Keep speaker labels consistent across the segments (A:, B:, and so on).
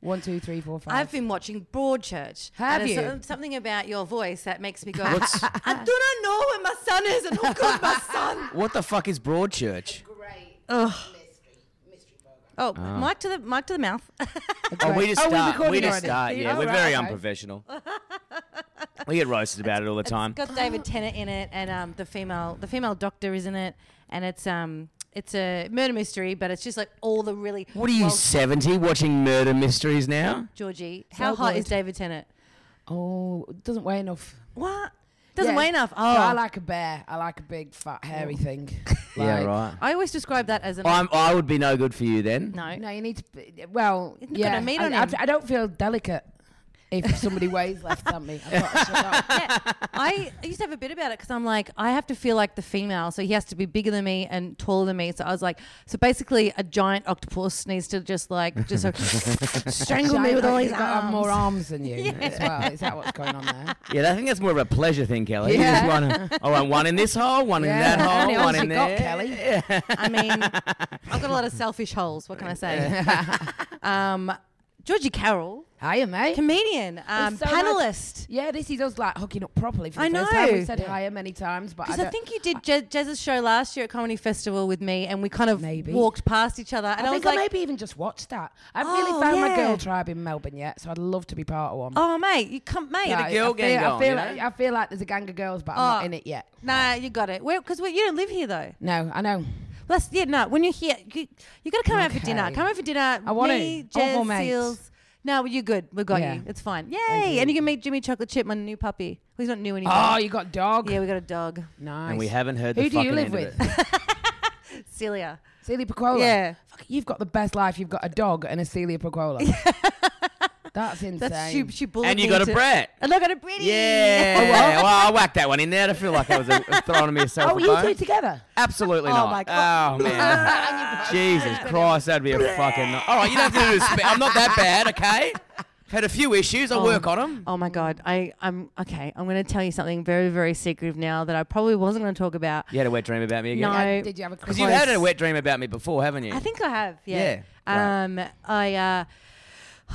A: One, two, three, four, five.
B: I've been watching Broadchurch.
A: Have
B: And
A: you?
B: there's so- Something about your voice that makes me go. "Ah,
C: What's-
B: I do not know where my son is and who killed my son.
C: What the fuck is Broadchurch?
D: Great mystery, mystery program.
B: Oh, mic to the mic to the mouth.
C: Oh, we
A: Great.
C: just
A: Oh, we're
C: start. we
A: recording
C: just
A: already.
C: start.
A: See?
C: Yeah,
A: Oh,
C: we're
A: right,
C: very
A: okay.
C: unprofessional. we get roasted about it all the time.
B: It's got David Tennant in it, and um, the female the female doctor is in it, and it's um it's a murder mystery, but it's just like all the really
C: What are you,
B: well-
C: seventy, watching murder mysteries now?
B: Georgie? How hot
A: good.
B: is David Tennant?
A: oh, it doesn't weigh enough.
B: What doesn't
A: Yeah.
B: weigh enough?
A: No,
B: Oh,
A: I like a bear. I like a big, fat, hairy thing. Like-
B: I always describe that as an
C: Oh, I'm, I would be no good for you then.
B: no.
A: No, you need to. Be, well,
B: You're not
A: yeah.
B: gonna meet
A: I,
B: on
A: I,
B: him.
A: I don't feel delicate if somebody weighs less than me. I've got to shut up.
B: Yeah, I I used to have a bit about it because I'm like, I have to feel like the female, so he has to be bigger than me and taller than me. So I was like, so basically, a giant octopus needs to just like just like strangle me
A: Giant,
B: with all
A: like,
B: his
A: you've got to have
B: arms.
A: more arms than you as well. Is that what's going on there?
C: Yeah, I think that's more of a pleasure thing, Kelly. You just wanna- I want one in this hole, one
A: Yeah.
C: in that
A: How many
C: hole, one
A: holes
C: in
A: you
C: there.
A: got, Kelly?
B: I mean, I've got a lot of selfish holes. What can I say? um, Georgie Carroll,
A: Hiya, mate.
B: comedian, um,
A: so
B: panelist.
A: yeah, this is us like hooking up properly for the
B: I
A: first time.
B: know.
A: We've said hiya many times, but I,
B: Because I,
A: don't-
B: think you did Je- Jez's show last year at Comedy Festival with me, and we kind of
A: Maybe.
B: walked past each other, and
A: I,
B: I, was
A: think I
B: like,
A: maybe even just watched that. I haven't
B: Oh,
A: really found my
B: yeah.
A: girl tribe in Melbourne yet, so I'd love to be part of one.
B: "Oh, mate, you come,
A: Like,
B: mate."
C: girl
A: I feel,
C: gang
A: I
C: going,
A: feel
C: you
A: like
C: know?
A: I feel like there's a gang of girls, but I'm
B: Oh.
A: not in it yet.
B: Nah, you got it. Because you don't live here though.
A: No, I know.
B: Well, that's, yeah, no. When you're here, you, you got to come out for dinner.
A: Okay.
B: Come out for dinner.
A: I wanna.
B: Me,
A: I'm all
B: Jez,
A: mates.
B: Seals. No, you're good. We got
A: Yeah.
B: you. It's fine. Yay!
A: you.
B: And you can meet Jimmy Chocolate Chip, my new puppy. Well, he's not new anymore.
C: Ah,
A: Oh, you got dog.
B: yeah, we got a dog,
A: Nice.
C: And we haven't heard
A: Who
C: the
A: do
C: fucking
A: you live
C: end of
A: with?
C: it.
B: Celia.
A: Celia Piccola.
B: Yeah.
A: Fuck, you've got the best life. You've got a dog and a Celia Piccola. That's insane.
B: That's she, she bullied
C: and you
B: me
C: got a
B: into-
C: brat.
B: And I got a Britty. Oh,
C: Yeah. well, I whacked that one in there. I feel like I was uh, throwing myself
A: oh,
C: a
A: you
C: bone.
A: two together?
C: Absolutely
B: Oh
C: not.
B: my God.
C: Oh man. Jesus Christ, that'd be a fucking. All right, you don't have to do spe- I'm not that bad, okay? Had a few issues. I work on them.
B: Oh my god, I I'm okay. I'm going to tell you something very very secretive now that I probably wasn't going to talk about.
C: You had a wet dream about me
B: No.
C: again.
A: Yeah, did you have a
C: Because you've had a wet dream about me before, haven't you?
B: I think I have. Yeah.
C: Yeah, right.
B: Um. I. Uh,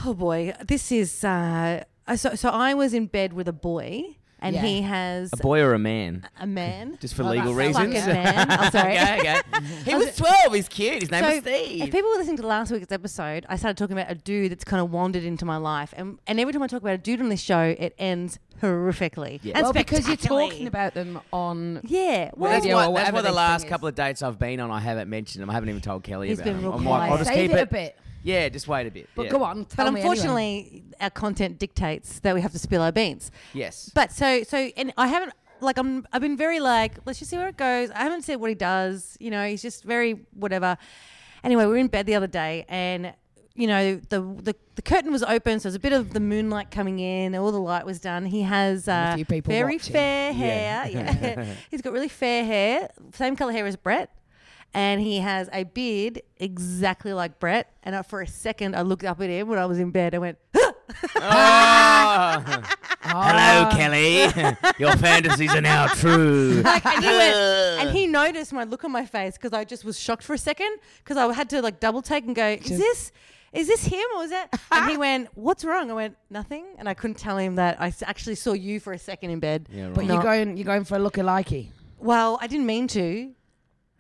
B: oh boy, this is. Uh, I- so so I was in bed with a boy, and
A: Yeah.
B: he has
C: a boy or a man,
B: a man.
C: just for
A: Oh,
C: legal
A: that's
C: reasons.
B: Fucking man. I'm sorry.
C: okay, okay. He was 12. He's cute. His name
B: So
C: was Steve.
B: if people were listening to last week's episode, I started talking about a dude that's kind of wandered into my life, and, and every time I talk about a dude on this show, it ends horrifically. And
A: Well, because you're
B: spectacularly.
A: talking about them on.
B: Yeah, well,
C: that's
A: radio
C: why, that's
A: or whatever
C: why the
A: this
C: last
A: thing is.
C: couple of dates I've been on, I haven't mentioned them. I haven't even told Kelly
B: He's
C: about
B: been
C: them.
B: real
C: I'm like, I'll
B: quiet.
C: just
A: Save
C: keep
A: it
C: it.
A: a bit.
C: Yeah, just wait a bit.
A: But
C: yeah.
A: go on.
B: but
A: tell me anyway.
B: unfortunately, our content dictates that we have to spill our beans.
C: Yes.
B: But so so, and I haven't like I'm I've been very like let's just see where it goes. I haven't said what he does. You know, he's just very whatever. Anyway, we were in bed the other day, and you know the the, the curtain was open, so there's a bit of the moonlight coming in. All the light was done. He has
A: And a
B: uh,
A: few people
B: very
A: watching.
B: fair
C: Yeah.
B: hair. Yeah, he's got really fair hair, same color hair as Brett. And he has a beard exactly like Brett. And I, for a second, I looked up at him when I was in bed. I went,
C: Oh. Hello,
A: Oh.
C: Kelly. Your fantasies are now true.
B: and he went, and he noticed my look on my face because I just was shocked for a second because I had to like double take and go, is this, is this him or is that? and he went, what's wrong? I went, nothing, and I couldn't tell him that I s- actually saw you for a second in bed.
C: Yeah, right.
A: But
B: No.
A: you're going. You're going for a lookalikey.
B: Well, I didn't mean to.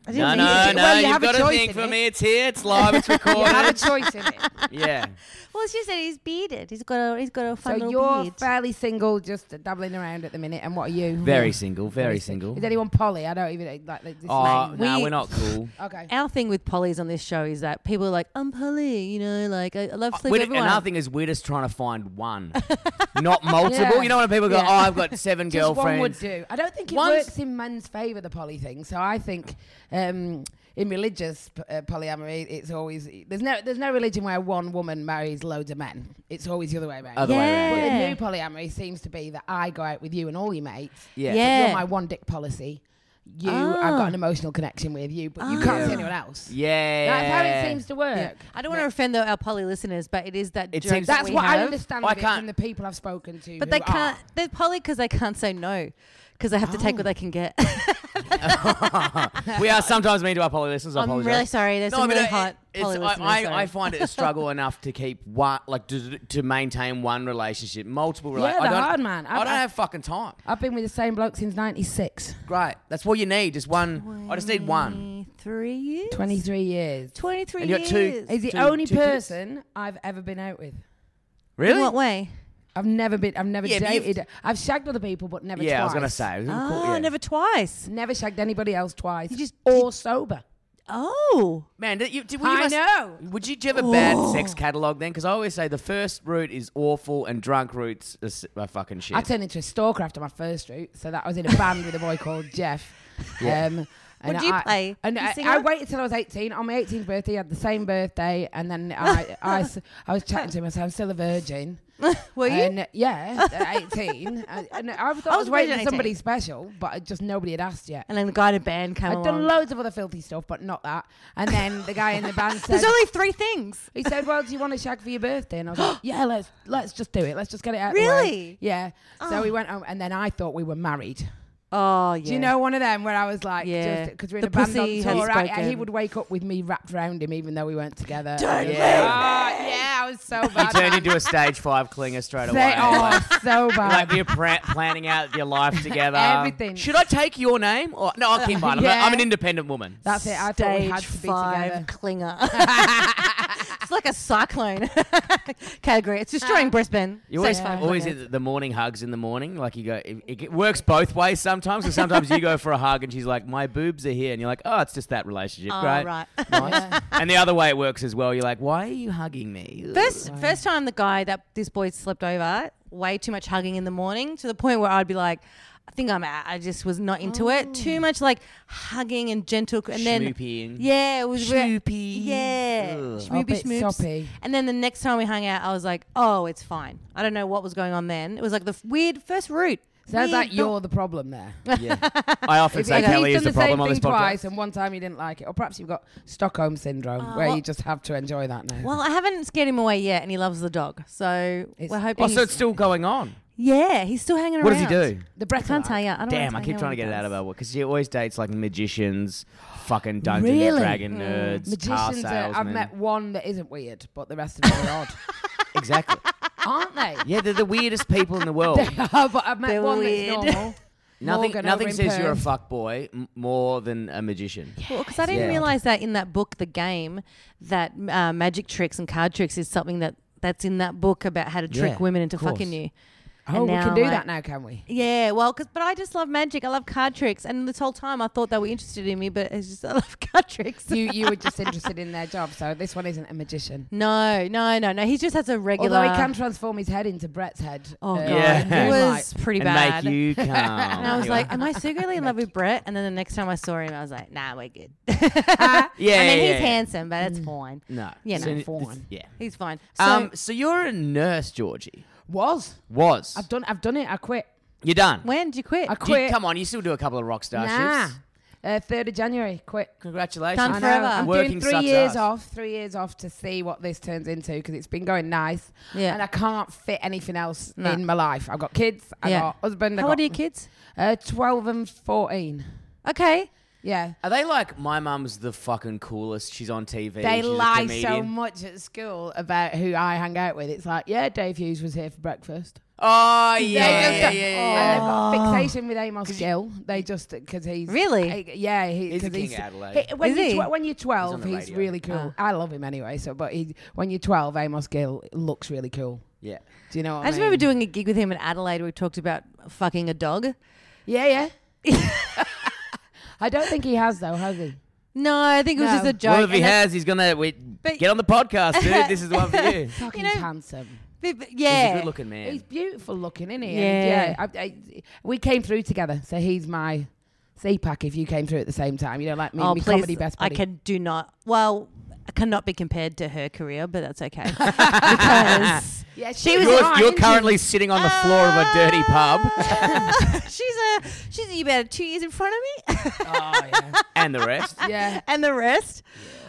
B: I didn't
C: No,
B: mean
C: no,
B: to.
C: no.
A: Well, you
C: you have
A: have a
C: got a
A: choice
C: thing
A: in
C: for
A: it.
C: me. It's here. It's live. It's recorded.
A: You have a choice in it.
C: yeah.
B: Well, it's just that he's bearded. He's got a, he's got a fun
A: So
B: little
A: you're
B: beard.
A: fairly single, just dabbling around at the minute. And what are you?
C: Very single. Very single.
A: Is anyone poly? I don't even like. This
C: Oh,
A: is
B: Mate,
C: no,
B: we-
C: we're not cool.
A: okay.
B: Our thing with Polly's on this show is that people are like, I'm Polly, you know, like I, I love sleep
C: We're,
B: with everyone.
C: another thing is we're just trying to find one, not multiple.
A: Yeah.
C: You know when people go,
A: Yeah.
C: "Oh, I've got seven
A: Just one would
C: girlfriends."
A: do. I don't think it
C: One's-
A: works in men's favour the poly thing. So I think um, in religious p- uh, polyamory, it's always there's no there's no religion where one woman marries loads of men. It's always the other way around.
C: Other way
B: Yeah.
C: around.
A: But
B: Yeah.
A: the new polyamory seems to be that I go out with you and all your mates.
C: Yeah.
A: but
B: Yeah.
A: You're my one dick policy. You, I've got an emotional connection with you, but you can't see anyone else.
C: Oh. Yeah.
A: That's how it seems to work.
B: I don't want to offend the, our Polly listeners, but it is that
C: It
B: joke
C: seems-
B: that
A: That's
B: we
A: what I
B: have.
A: understand
C: I
A: of it
C: can't-
A: from the people I've spoken to.
B: But
A: who
B: they
A: are.
B: can't. They're Polly because they can't say no. because they have to take what they can get.
C: we are sometimes mean to our poly listeners. I
B: I'm
C: apologize.
B: really sorry. There's
C: No,
B: some
C: but
B: really
C: it-
B: hot
C: it's-
B: poly listeners.
C: I,
B: so-
C: I, I find it a struggle enough to keep one, like to, to maintain one relationship, multiple
A: Yeah,
C: relationships.
A: they're
C: I don't,
A: hard, man.
C: I
A: I've-
C: don't
A: I've-
C: have fucking time.
A: I've been with the same bloke since 96.
C: Great. That's what you need. Just one. I just need one.
B: Three years.
A: 23 years.
B: 23
C: And you got two-
B: years.
A: He's the
C: Two-
A: only
C: two kids?
A: person I've ever been out with.
C: Really?
B: In what way?
A: I've never been. I've never
C: Yeah, but you've-
A: dated. I've shagged other people, but never.
C: yeah,
A: twice.
C: I was gonna say. it was
B: Oh,
C: cool, yeah.
B: never twice.
A: Never shagged anybody else twice.
B: You just-
A: or sober.
B: Oh.
C: Man, did you, did, well, you
A: I
C: must-
A: know.
C: Would you, do you have a bad sex catalog then? Because I always say the first route is awful, and drunk routes are, s- are fucking shit.
A: I turned into a stalker after my first route, so that I was in a band with a boy called Jeff. Um,
B: What do you
A: I,
B: play?
A: And
B: You
A: I,
B: sing
A: I
B: up?
A: waited till I was 18. On my 18th birthday, I had the same birthday, and then I, I, s- I was chatting to him. I said, "I'm still a virgin."
B: Were you?
A: And, yeah, at 18 I, and I thought I was,
B: was
A: waiting
B: virgin
A: for
B: at
A: somebody special, but I just nobody had asked yet.
B: and then the guy in a band came
A: I'd
B: along.
A: done loads of other filthy stuff, but not that. And then the guy in the band said,
B: There's only three things.
A: He said, "Well, do you want a shag for your birthday?" And I was like, "Yeah, let's let's just do it. Let's just get it out." the way."
B: Really?
A: Yeah. So we went home, and then I thought we were married.
B: Oh, yeah.
A: Do you know one of them where I was like,
B: Yeah.
A: yeah, because we're in
B: The
A: a band on
B: pussy has
A: tour. I,
B: spoken.
A: he would wake up with me wrapped round him, even though we weren't together.
B: Don't
A: yeah.
C: you?
A: Oh, yeah, I was so
C: you
A: bad.
C: turned into a stage five clinger straight away.
A: Say,
C: Like,
A: oh, so
C: like
A: bad.
C: we're pra- planning out your life together.
A: Everything.
C: Should I take your name? Or no, I'll keep mine. I'm,
A: Yeah.
C: I'm an independent woman.
A: That's it. I thought we
B: Stage
A: had to be
B: five
A: together.
B: clinger. it's like a cyclone category. It's destroying Brisbane.
C: You always,
B: Stage five
C: always
B: clinger.
C: hit the morning hugs in the morning. Like you go, it, it g- works both ways sometimes. Because sometimes you go for a hug and she's like, "My boobs are here," and you're like, "Oh, it's just that relationship,
B: Oh,
C: right?"
B: right.
A: Yeah.
C: And the other way it works as well. You're like, "Why are you hugging me?"
B: First, first time the guy that this boy slept over, way too much hugging in the morning to the point where I'd be like, I think I'm out. I just was not into it.
C: Oh.
B: Too much like hugging and gentle. And then,
C: Schmoopying.
B: yeah, it was very-
C: Schmoopy.
B: Yeah.
C: Ugh.
A: A
B: Schmoopy
A: bit
B: schmoops.
A: soppy.
B: And then the next time we hung out, I was like, oh, it's fine. I don't know what was going on then. It was like the f- weird first route.
A: Sounds
B: Weird,
A: like
B: but-
A: you're the problem there.
C: Yeah. I often
A: If,
C: say
A: if
C: Kelly
A: he's
C: is the
A: done the,
C: problem
A: same
C: on this
A: thing twice,
C: podcast.
A: and one time you didn't like it, or perhaps you've got Stockholm syndrome,
B: Oh,
A: where
B: well-
A: you just have to enjoy that now.
B: Well, I haven't scared him away yet, and he loves the dog. So
A: It's-
B: we're hoping.
C: Oh, so
B: he's-
C: it's still going on.
B: yeah, he's still hanging
C: What does
B: around.
C: he do?
A: the
B: I
A: Breton
B: can't tell
A: life.
B: you. I don't wanna
C: Damn, I
B: tell
C: keep
B: you
C: trying
B: what
C: to
B: he
C: get it out
B: does.
C: of her because she always dates like magicians, fucking dungeon
A: Really?
C: dragon nerds, car
A: Magicians, are,
C: salesmen.
A: I've met one that isn't weird, but the rest of them are odd,
C: exactly.
A: aren't they?
C: Yeah, they're the weirdest people in the world.
A: They are, but I've met
B: They're
A: one
B: weird.
A: that's normal.
C: nothing,
A: Morgan
C: nothing
A: over in
C: says you're a
A: Perth.
C: fuck boy m- more than a magician.
B: Well, because I didn't
C: Yeah.
B: realize that in that book, the game, that uh, magic tricks and card tricks is something that that's in that book about how to trick
C: Yeah,
B: women into
C: of course.
B: fucking you.
A: Oh,
B: And
A: we
B: now,
A: can do
B: like-
A: that now, can we?
B: Yeah, well, 'cause- but I just love magic. I love card tricks, and this whole time I thought they were interested in me, but it's just I love card tricks.
A: You you were just interested in their job, so this one isn't a magician.
B: no, no, no, no. He just has a regular.
A: Although he can transform his head into Brett's head. uh,
B: oh god,
C: Yeah.
B: it
A: in Moonlight.
B: was pretty
C: and
B: bad.
C: make you come. and
B: and I was like, uh, "Am I secretly in love with Brett?" And then the next time I saw him, I was like, "Nah, we're good."
C: yeah,
B: I mean,
C: yeah,
B: he's
C: yeah.
B: handsome, but
A: Mm.
B: it's fine.
C: no,
B: you know,
C: it-
A: fawn.
C: it's- yeah.
B: He's fine. So,
C: Um, so you're a nurse, Georgie.
A: Was
C: Was
A: I've done I've done it. I quit.
C: you're done?
B: when did you quit?
A: I
C: Do you-
A: quit.
C: come on, you still do a couple of rock star
A: nah. Uh,
C: shifts.
A: Third of January, quit.
C: Congratulations.
B: Done
A: I know.
B: forever.
A: I'm
C: Working
A: doing three
C: sucks
A: years
C: ass.
A: off, three years off to see what this turns into because it's been going nice.
B: Yeah.
A: And I can't fit anything else
B: No.
A: in my life. I've got kids, I've
B: Yeah.
A: got husband.
B: How
A: I've
B: old
A: got,
B: are your kids?
A: Uh, 12 and 14.
B: Okay.
A: Yeah.
C: Are they like my mum's the fucking coolest? She's on TV.
A: They
C: she's a
A: lie so
C: comedian."
A: much at school about who I hang out with. It's like, yeah, Dave Hughes was here for breakfast.
C: Oh yeah, yeah, yeah,
A: just
C: yeah,
A: don't-
C: yeah,
A: And
B: Oh.
C: yeah.
A: they've got fixation with Amos Gill. They just because he's
B: Really?
A: I- yeah, he,
C: He's a
A: 'cause
C: king of Adelaide.
A: he- when
B: Is
A: you're
B: he? Ah.
A: twe- when you're twelve,
C: the
A: he's,
C: radio.
A: really cool. I love him anyway. So, but he, when you're twelve, Amos Gill looks really cool.
C: Yeah.
A: Do you know what I,
B: I just
A: mean?
B: remember doing a gig with him in Adelaide. where We talked about fucking a dog.
A: Yeah, yeah. I don't think he has though, has he?
B: No, I think it was
A: No.
B: just a joke.
C: Well, if he
B: and that-
C: has, he's gonna we,
B: But-
C: get on the podcast, dude. this is the one for you.
A: Fucking
B: know-
A: handsome.
B: but- but
C: He's
B: yeah,
C: a good-looking man.
A: He's beautiful looking, isn't he?
B: Yeah.
A: And, yeah. I, I, we came through together, so he's my CPAC. If you came through at the same time, you know, like me,
B: oh
A: me
B: please,
A: comedy best
B: I
A: buddy.
B: can do not. Well, I cannot be compared to her career, but that's okay because
A: Yeah, she,
B: She was
C: you're
A: mine,
C: you're
A: isn't she?
C: currently sitting on the floor of a dirty pub,
B: she's a she's about two years in front of me,
A: Oh, yeah.
C: and the rest.
A: yeah.
B: and the rest.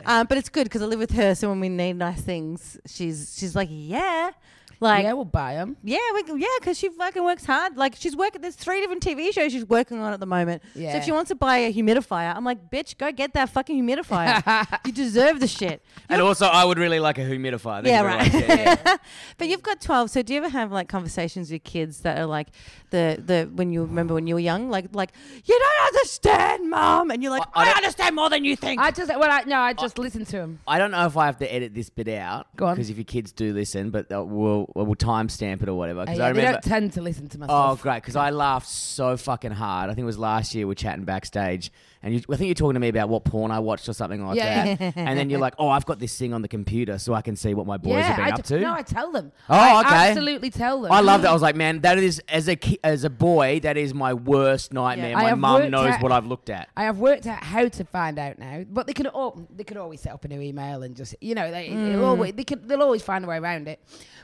B: Um, but it's good because I live with her, so when we need nice things, she's she's like, yeah. Like,
A: yeah, we'll buy them.
B: yeah, we, can- yeah, because she fucking works hard. Like she's working. There's three different TV shows she's working on at the moment. So
A: Yeah.
B: if she wants to buy a humidifier, I'm like, bitch, go get that fucking humidifier. you deserve the shit.
C: And also, I would really like a humidifier. Thank you
B: Yeah,
C: very
B: right.
C: much. Yeah, yeah.
B: But you've got 12, so do you ever have like conversations with kids that are like the the when you remember when you were young, like like you don't understand, mom, and you're like
C: I- I
B: I,
C: don't-
B: understand more than you think.
A: I just well, I, no, I just listen to them.
C: I don't know if I have to edit this bit out
A: Go on.
C: because if your kids do listen, but uh, we'll we'll timestamp it or whatever.
B: Oh,
C: Because Oh, I
A: they
C: remember.
A: don't tend to listen to
C: Oh,
A: myself.
C: great! Because I laughed so fucking hard. I think it was last year we were chatting backstage, and you, I think you're talking to me about what porn I watched or something like
A: Yeah.
C: that. and then you're like, "Oh, I've got this thing on the computer, so I can see what my boys
A: yeah,
C: have been
A: I
C: up
A: d-
C: to."
A: No, I tell them.
C: Oh,
A: I
C: okay.
A: absolutely tell them.
C: I love that. I was like, "Man, that is as a ki- as a boy, that is my worst nightmare.
A: I
C: My
A: have
C: mum
A: worked
C: knows
A: out-
C: what I've looked at."
A: I have worked out how to find out now, but they can all, they could always set up a new email and just you know they they'll always, they can, they'll always find a way around it.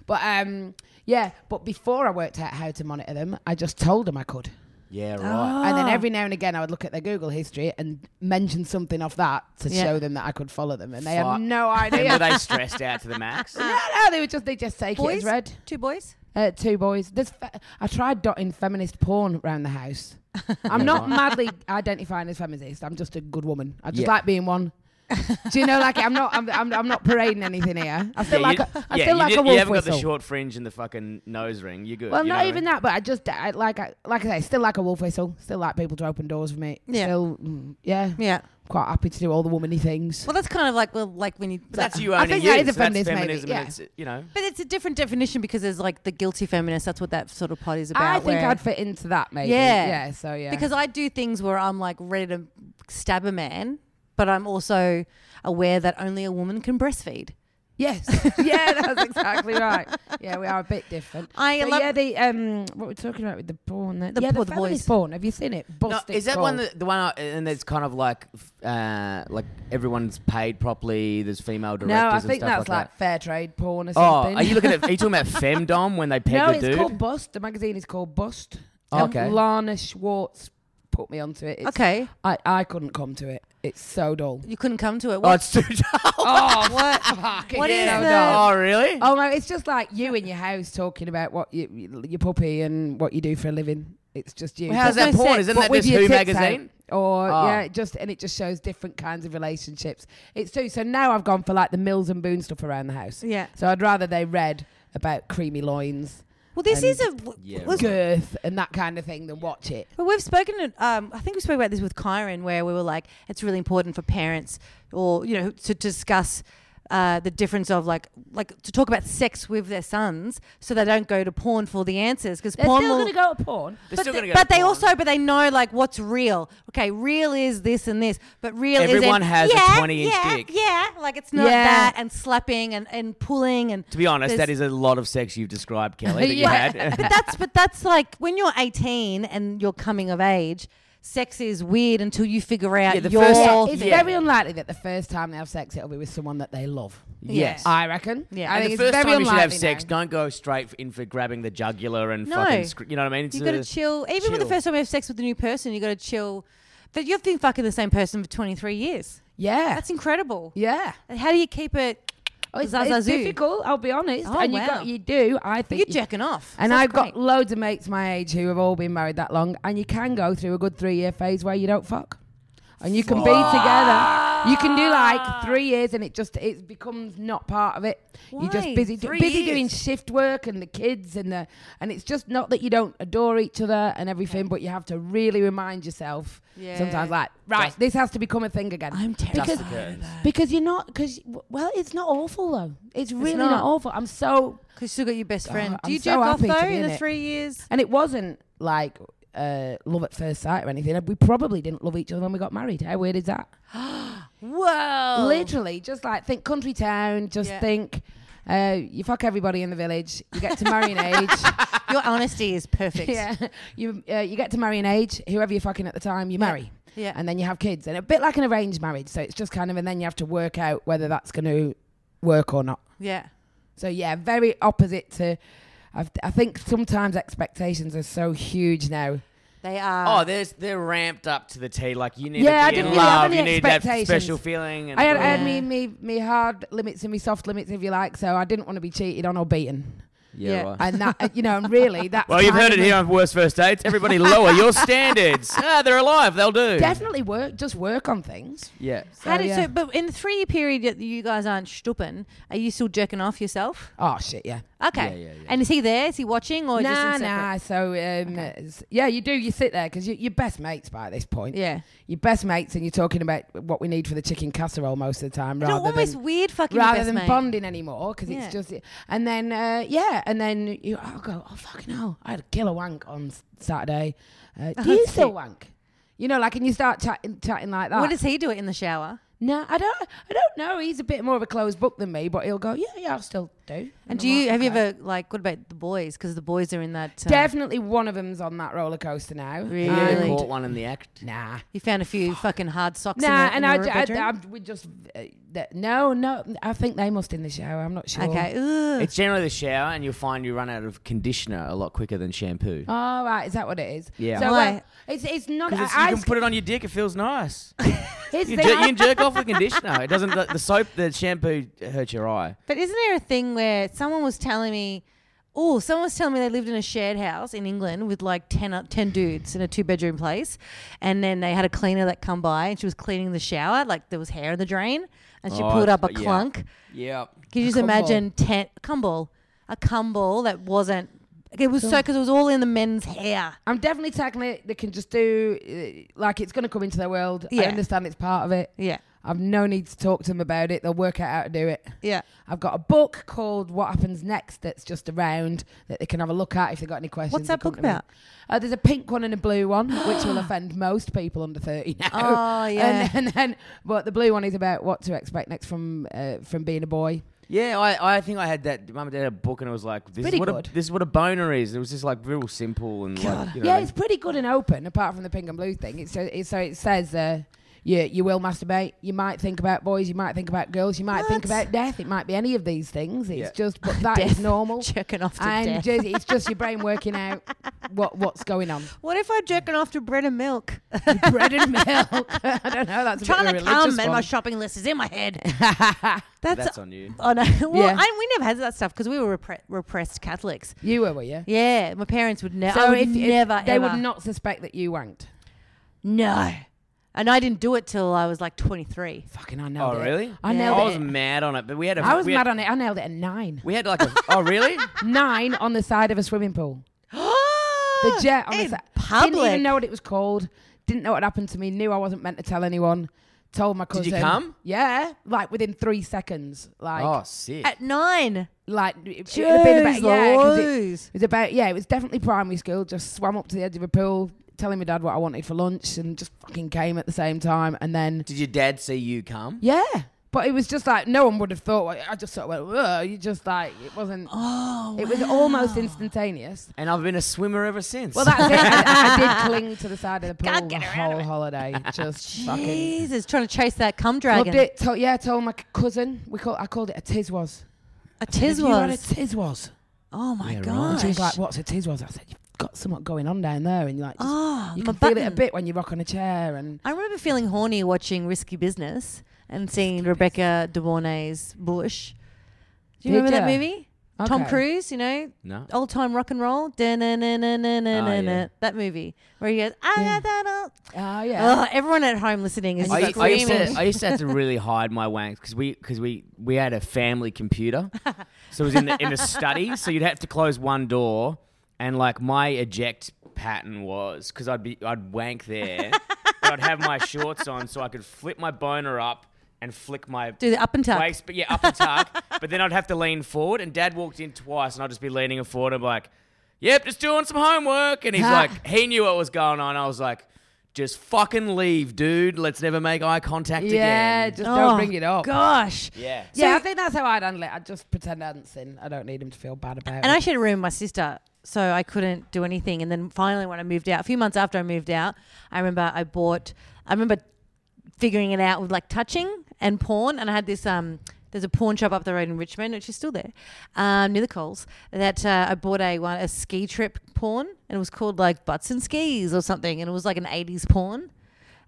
A: But um yeah, but before I worked out how to monitor them, I just told them I could.
C: Yeah,
A: Oh,
C: right.
A: And then every now and again, I would look at their Google history and mention something off that to
B: Yeah.
A: show them that I could follow them, and they
C: Fuck.
A: have no
C: And were
A: idea.
C: they stressed out to the max?
A: no, no, they were just they just take it
B: boys,
A: as read.
B: two boys.
A: Uh, two boys. There's fe- I tried dotting feminist porn around the house. I'm not madly identifying as feminist. I'm just a good woman. I just
C: Yeah.
A: like being one. Do you know? Like I'm not. I'm. I'm, I'm not parading anything here. I feel
C: Yeah,
A: like.
C: you-
A: a, I
C: yeah,
A: feel
C: you
A: like
C: did-
A: a
C: You
A: wolf
C: haven't got the
A: whistle.
C: short fringe and the fucking nose ring. You're good.
A: well,
C: you know
A: not
C: what I
A: even
C: mean?
A: that, but I just I, like I like I say, still like a wolf whistle. Still like people to open doors for me.
B: Yeah.
A: Still, mm, yeah,
B: Yeah.
A: quite happy to do all the womany things.
B: Well, that's kind of like well, like when you.
C: But that's you
A: I
C: owning
A: think
C: you.
A: that is a
C: so that's
A: feminist, maybe,
C: feminism.
A: yeah.
C: And it's, you know.
B: But it's a different definition because there's like the guilty feminist. That's what that sort of pot is about.
A: I think
B: where-
A: I'd fit into that maybe.
B: Yeah.
A: Yeah. So yeah.
B: because I do things where I'm like ready to stab a man, but I'm also aware that only a woman can breastfeed.
A: Yes. yeah, that's exactly right. Yeah, we are a bit different.
B: I
A: But
B: love-
A: yeah, the um, what we're talking about with the porn. The,
B: The
A: yeah,
B: poor
A: the
B: boys.
A: feminist porn. Have you seen it?
C: No,
A: Bust
C: is that one that, the one? I, and it's kind of like, f- uh, like everyone's paid properly. There's female directors.
A: no, I
C: and
A: think
C: stuff
A: that's
C: like,
A: like, fair trade porn or
C: that. Oh,
A: something.
C: are you looking at? Are you talking about femdom when they peg
A: no,
C: a
A: it's
C: dude?
A: called Bust. The magazine is called Bust.
C: Oh, okay.
A: And Lana Schwartz put me onto it. It's,
B: okay,
A: I, I couldn't come to it. It's so dull.
B: you couldn't come to it.
C: oh,
B: What-
C: it's too dull.
A: Oh, what?
B: what is
A: so
B: the-
A: dull.
C: Oh, really?
A: Oh no, it's just like you in your house talking about what you, your puppy and what you do for a living. It's just you.
C: How's
B: There's
C: that
B: no
C: porn?
B: sex,
C: Isn't
A: But
C: that
A: with
C: just
A: your
C: Who
A: tits
C: magazine?
A: out. Or
C: Oh.
A: yeah, it just and it just shows different kinds of relationships. It's too. So now I've gone for like the Mills and Boone stuff around the house.
B: Yeah.
A: So I'd rather they read about creamy loins,
B: Well, this
A: And-
B: is a.
C: Yeah,
B: was-
A: girth, and that kind of thing than watch it.
B: But we've spoken. Um, I think we spoke about this with Kyron, where we were like, it's really important for parents, or you know, to discuss. Uh, the difference of like like to talk about sex with their sons so they don't go to porn for the answers because
A: They're
B: porn
A: still
B: will,
A: going to go to porn.
C: They're
B: but
C: still
B: they,
C: gonna go
B: but
C: to
B: they
C: porn.
B: also but they know like what's real okay real is this and this but real
C: Everyone
B: is
C: has a
B: yeah,
C: 20-inch
B: yeah,
C: dick.
B: yeah like it's not
A: Yeah.
B: that and slapping and, and pulling and
C: To be honest,
B: there's-
C: that is a lot of sex you've described, Kelly. That
A: Yeah.
C: you had.
B: but that's but that's like when you're 18 and you're coming of age sex is weird until you figure out
C: Yeah, the
B: your
C: first
A: Yeah,
C: time-
A: it's
C: Yeah.
A: very unlikely that the first time they have sex, it'll be with someone that they love.
C: yes.
A: I reckon.
B: Yeah.
A: I
B: And
C: And
A: think
C: the
A: it's
C: first
A: very
C: time you should have
A: unlikely
C: sex,
A: now.
C: don't go straight in for grabbing the jugular and
B: No.
C: fucking. Sc- you know what I mean? It's
B: you got
C: a-
B: to chill even with the
C: chill.
B: first time you have sex with a new person you got to chill but you've been fucking the same person for 23 years
A: Yeah.
B: that's incredible
A: yeah.
B: And how do you keep it
A: Oh, it's,
B: Zazazoo.
A: it's difficult. I'll be honest.
B: Oh,
A: and
B: wow.
A: you got you do. I think
B: you're
A: you-
B: jerking off
A: And
B: So that's
A: I've got
B: great.
A: loads of mates my age who have all been married that long, and you can go through a good three year phase where you don't fuck. And you can be together. You can do like three years, and it just it becomes not part of it. You're
B: Why?
A: just busy do-
B: Three
A: busy
B: years?
A: doing shift work and the kids and the and it's just not that you don't adore each other and everything, but you have to really remind yourself
B: Yeah.
A: sometimes like right,
C: Dust-
A: this has to become a thing again.
B: I'm
A: Because-
C: Dust the
B: terrified.
C: curtains.
A: Because you're not because well, it's not awful though. It's really not.
B: not.
A: awful. I'm so
B: Because you still got your best friend.
A: Oh, I'm
B: Do you
A: so
B: jerk off
A: happy to
B: though
A: be
B: in
A: in
B: the
A: it.
B: three years?
A: And it wasn't like uh, love at first sight or anything. We probably didn't love each other when we got married. How weird is that?
B: Whoa!
A: Literally, just like think country town, just
B: Oh. Yeah.
A: think uh, you fuck everybody in the village, you get to marry an age.
B: Your honesty is perfect.
A: yeah, you, uh, you get to marry an age, whoever you're fucking at the time, you marry.
B: Yeah.
A: And then you have kids, and a bit like an arranged marriage. So it's just kind of, and then you have to work out whether that's going to work or not.
B: yeah.
A: So yeah, very opposite to. I've, I think sometimes expectations are so huge now.
B: They
C: Oh,
B: are.
C: they're they're ramped up to the T. Like you need
A: Yeah,
C: to
A: I
C: be
A: didn't
C: in
A: really have
C: love.
A: any
C: You need that
A: expectations.
C: special feeling. And
A: I had, I
B: Yeah.
A: had me, me, me hard limits and me soft limits, if you like. So I didn't want to be cheated on or beaten.
C: Yeah,
B: Yeah.
C: right.
A: and that uh, you know, and really that.
C: well, you've heard it here on Worst First Dates. Everybody lower your standards. Ah, they're alive. They'll do.
A: Definitely work. Just work on things.
C: Yeah.
B: How
A: So,
B: did,
A: yeah.
B: so, but in the three year period that you guys aren't stupping, are you still jerking off yourself?
A: Oh shit, yeah.
B: Okay.
C: Yeah, yeah, yeah.
B: And is he there? Is he watching
C: Oh,
B: or just
A: nah,
B: in separate?
A: nah. So, um, it's- yeah, you do. You sit there because you, you're best mates by this point.
B: Yeah.
A: You're best mates, and you're talking about what we need for the chicken casserole most of the time,
B: They're
A: rather
B: always
A: than
B: weird fucking
A: rather
B: best
A: than
B: mate.
A: bonding anymore because
B: Yeah.
A: it's just. And then uh, yeah, and then you I'll go. Oh fucking hell! I had a killer wank on s- Saturday. Uh, do you
B: That's
A: still
B: cute.
A: wank? You know, like, and you start chatting, chatting like that.
B: What does he do it in the shower?
A: No, I don't. I don't know. He's a bit more of a closed book than me, but he'll go. Yeah, yeah, I'll still do. And,
B: And do
A: I'm
B: you
A: like,
B: have you
A: "Okay."
B: ever like what about the boys? Because the boys are in that. Uh,
A: Definitely one of them's on that roller coaster now.
B: Really?
C: You
A: And-
B: Really?
C: caught one in the act.
A: Nah.
B: You found a few fucking hard socks.
A: Nah, and
B: in the,
A: I,
B: in the
A: I,
B: bedroom?
A: I, we just uh, th- no, no. I think they must in the shower. I'm not sure.
B: okay. Ugh.
C: It's generally the shower, and you'll find you run out of conditioner a lot quicker than shampoo.
A: All right, is that what it is?
C: Yeah.
A: So
B: Why?
A: well, it's it's not.
C: Because
A: Oh, I-
C: you can
A: I-
C: put it on your dick. It feels nice.
A: here's
C: You,
A: the
C: jer-
A: thing,
C: you can jerk off with conditioner. It doesn't. The, the soap, the shampoo hurts your eye.
B: But isn't there a thing where someone was telling me, oh, someone was telling me they lived in a shared house in England with like 10, o- 10 dudes in a two bedroom place. And then they had a cleaner that come by and she was cleaning the shower. Like there was hair in the drain. And she
C: Oh,
B: pulled up a
C: yeah.
B: clunk.
C: Yep.
B: Can you just
A: cumble.
B: imagine 10, cumble, a cumble that wasn't, it was so, because it was all in the men's hair.
A: I'm definitely tackling it. They can just do uh, like it's going to come into their world.
B: Yeah.
A: I understand it's part of it.
B: Yeah.
A: I've no need to talk to them about it. They'll work out how to do it.
B: Yeah.
A: I've got a book called What Happens Next that's just around that they can have a look at if they've got any questions.
B: What's that
A: they come
B: book
A: to me.
B: about?
A: Uh, there's a pink one and a blue one, which will offend most people under 30 now.
B: Oh, yeah.
A: And, and then, but the blue one is about what to expect next from uh, from being a boy.
C: Yeah, I, I think I had that. Mum and Dad had a book, and it was like, this, is
A: Pretty
C: what,
A: good.
C: a, this is what a boner is. It was just like real simple and like, you know,
A: yeah,
C: like-
A: it's pretty good and open, apart from the pink and blue thing. It's, it's so it says uh, you you will masturbate. You might think about boys. You might think about girls. You might think
B: What?
A: about death. It might be any of these things. It's
C: Yeah.
A: just but that is
B: Death.
A: normal.
B: Jerking off to
A: And
B: death.
A: just, it's just your brain working out what what's going on.
B: What if I'm jerking off to bread and milk?
A: Bread and milk. I don't know. That's a
B: trying
A: bit
B: to
A: of a religious
B: come and my
A: one.
B: shopping list is in my head. That's,
C: that's on you.
B: Oh no! Well,
A: Yeah.
B: I, we never had that stuff because we were repre- repressed Catholics.
A: You were, were you?
B: Yeah, my parents would never. So would never,
A: they
B: ever.
A: would not suspect that you wanked.
B: No, and I didn't do it till I was like twenty three.
A: Fucking, I know.
C: Oh, really?
A: I
B: Yeah.
A: nailed
C: I
A: it.
C: was mad on it, but we had a.
A: I was
C: we
A: mad
C: had,
A: on it. I nailed it at nine.
C: We had like a. oh, really?
A: Nine on the side of a swimming pool. The jet on the side.
B: public.
A: Didn't even know what it was called. Didn't know what happened to me. Knew I wasn't meant to tell anyone. Told my cousin.
C: Did you come?
A: Yeah, like within three seconds. Like,
C: Oh, sick.
B: at nine.
A: like it, it would have been about
B: Jeez
A: yeah. 'cause It,
B: Louise.
A: it was about yeah. It was definitely primary school. Just swam up to the edge of a pool, telling my dad what I wanted for lunch, and just fucking came at the same time. And then
C: Did your dad see you come?
A: yeah, but it was just like no one would have thought. I just sort of went. Ugh. You just like it wasn't.
B: Oh,
A: It was almost instantaneous.
C: And I've been a swimmer ever since.
A: Well, that's it. I, I did cling to the side of the
B: Can't
A: pool the
B: get her out of
A: whole holiday. Just fucking.
B: Jesus, trying to chase that cum
A: Loved
B: dragon.
A: it. Told, yeah, told my cousin. We call, I called it a tiz was.
B: A tiz
A: You had a
B: was.
A: tiz was.
B: Oh my
C: Yeah, right.
A: And
B: gosh.
A: she was like, "What's a tiz was?" I said, "You've got something going on down there," and you're like, just
B: oh,
A: You
B: my
A: can feel it a
B: button.
A: bit when you rock on a chair and
B: I remember feeling horny watching Risky Business and seeing Rebecca De Mornay's Bush. Do you
A: Did
B: remember that
A: ya?
B: movie? Tom
A: Okay.
B: Cruise, you know,
C: no.
B: old time rock and roll.
C: yeah.
B: Da-na-na-na-na-na-na. That movie where he goes, "Ah, I
A: Ah, Yeah.
B: got that old.
A: Oh yeah.
B: Ugh, everyone at home listening is
A: And you
C: I,
A: got
C: I used
B: screaming.
C: to, I used to have to really hide my wanks because we because we we had a family computer, so it was in the in the study. So you'd have to close one door, and like my eject pattern was because I'd be I'd wank there, but I'd have my shorts on so I could flip my boner up and flick my
B: Do the up and tuck.
C: waist, but yeah, up and tuck. but then I'd have to lean forward, and Dad walked in twice, and I'd just be leaning forward, and be like, "Yep, just doing some homework." And he's like, he knew what was going on. I was like, "Just fucking leave, dude. Let's never make eye contact
A: Yeah,
C: again."
A: just
B: Oh,
A: don't bring it up.
B: Gosh.
C: yeah,
A: Yeah,
B: So-
A: I think that's how I'd handle it. I'd just pretend I hadn't sinned. I don't need him to feel bad about it.
B: And I shared a room with my sister, so I couldn't do anything. And then finally, when I moved out, a few months after I moved out, I remember I bought. I remember figuring it out with like touching and porn, and I had this um. There's a pawn shop up the road in Richmond, which is still there, um, near the Coles. That uh, I bought a one a ski trip porn, and it was called like Butts and Skis or something, and it was like an 80s porn.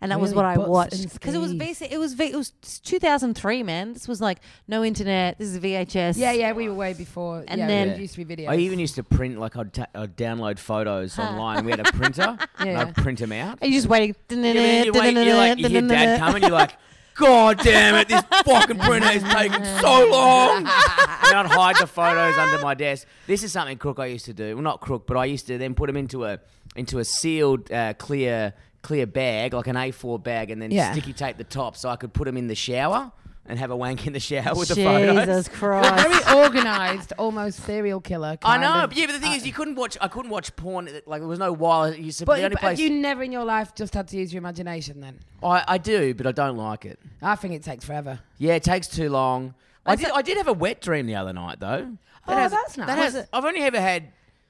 B: and that was
A: Really,
B: what I
A: butts
B: watched
A: and
B: because it was
A: skis.
B: basic. It was v- it was 2003, man. This was like no internet. This is VHS.
A: Yeah, yeah, we were way before.
B: And
A: yeah,
B: then-
A: it used to be videos.
C: I even used to print like I'd, ta- I'd download photos online. We had a printer, and
A: Yeah.
C: I'd print them out.
B: And you're just waiting.
C: Yeah, but then you wait, you like, you hear dad coming, you're like, God damn it, this fucking printer is taking so long. and I'd hide the photos under my desk. This is something crook I used to do. Well, not crook, but I used to then put them into a into a sealed uh, clear clear bag, like an A4 bag, and then
A: Yeah.
C: sticky tape the top so I could put them in the shower and have a wank in the shower with the photos.
B: Jesus Christ.
A: very organized, almost serial killer.
C: I
A: Kind
C: know,
A: of.
C: yeah, but the thing is, you couldn't watch. I couldn't watch porn. Like there was no wireless. You said
A: But,
C: the only
A: but
C: place
A: have you never in your life just had to use your imagination then?
C: I, I do, but I don't like it.
A: I think it takes forever.
C: Yeah, it takes too long. I
B: And
C: did,
B: so-
C: I did have a wet dream the other night, though.
A: Oh, that's nice.
C: That has, I've only ever had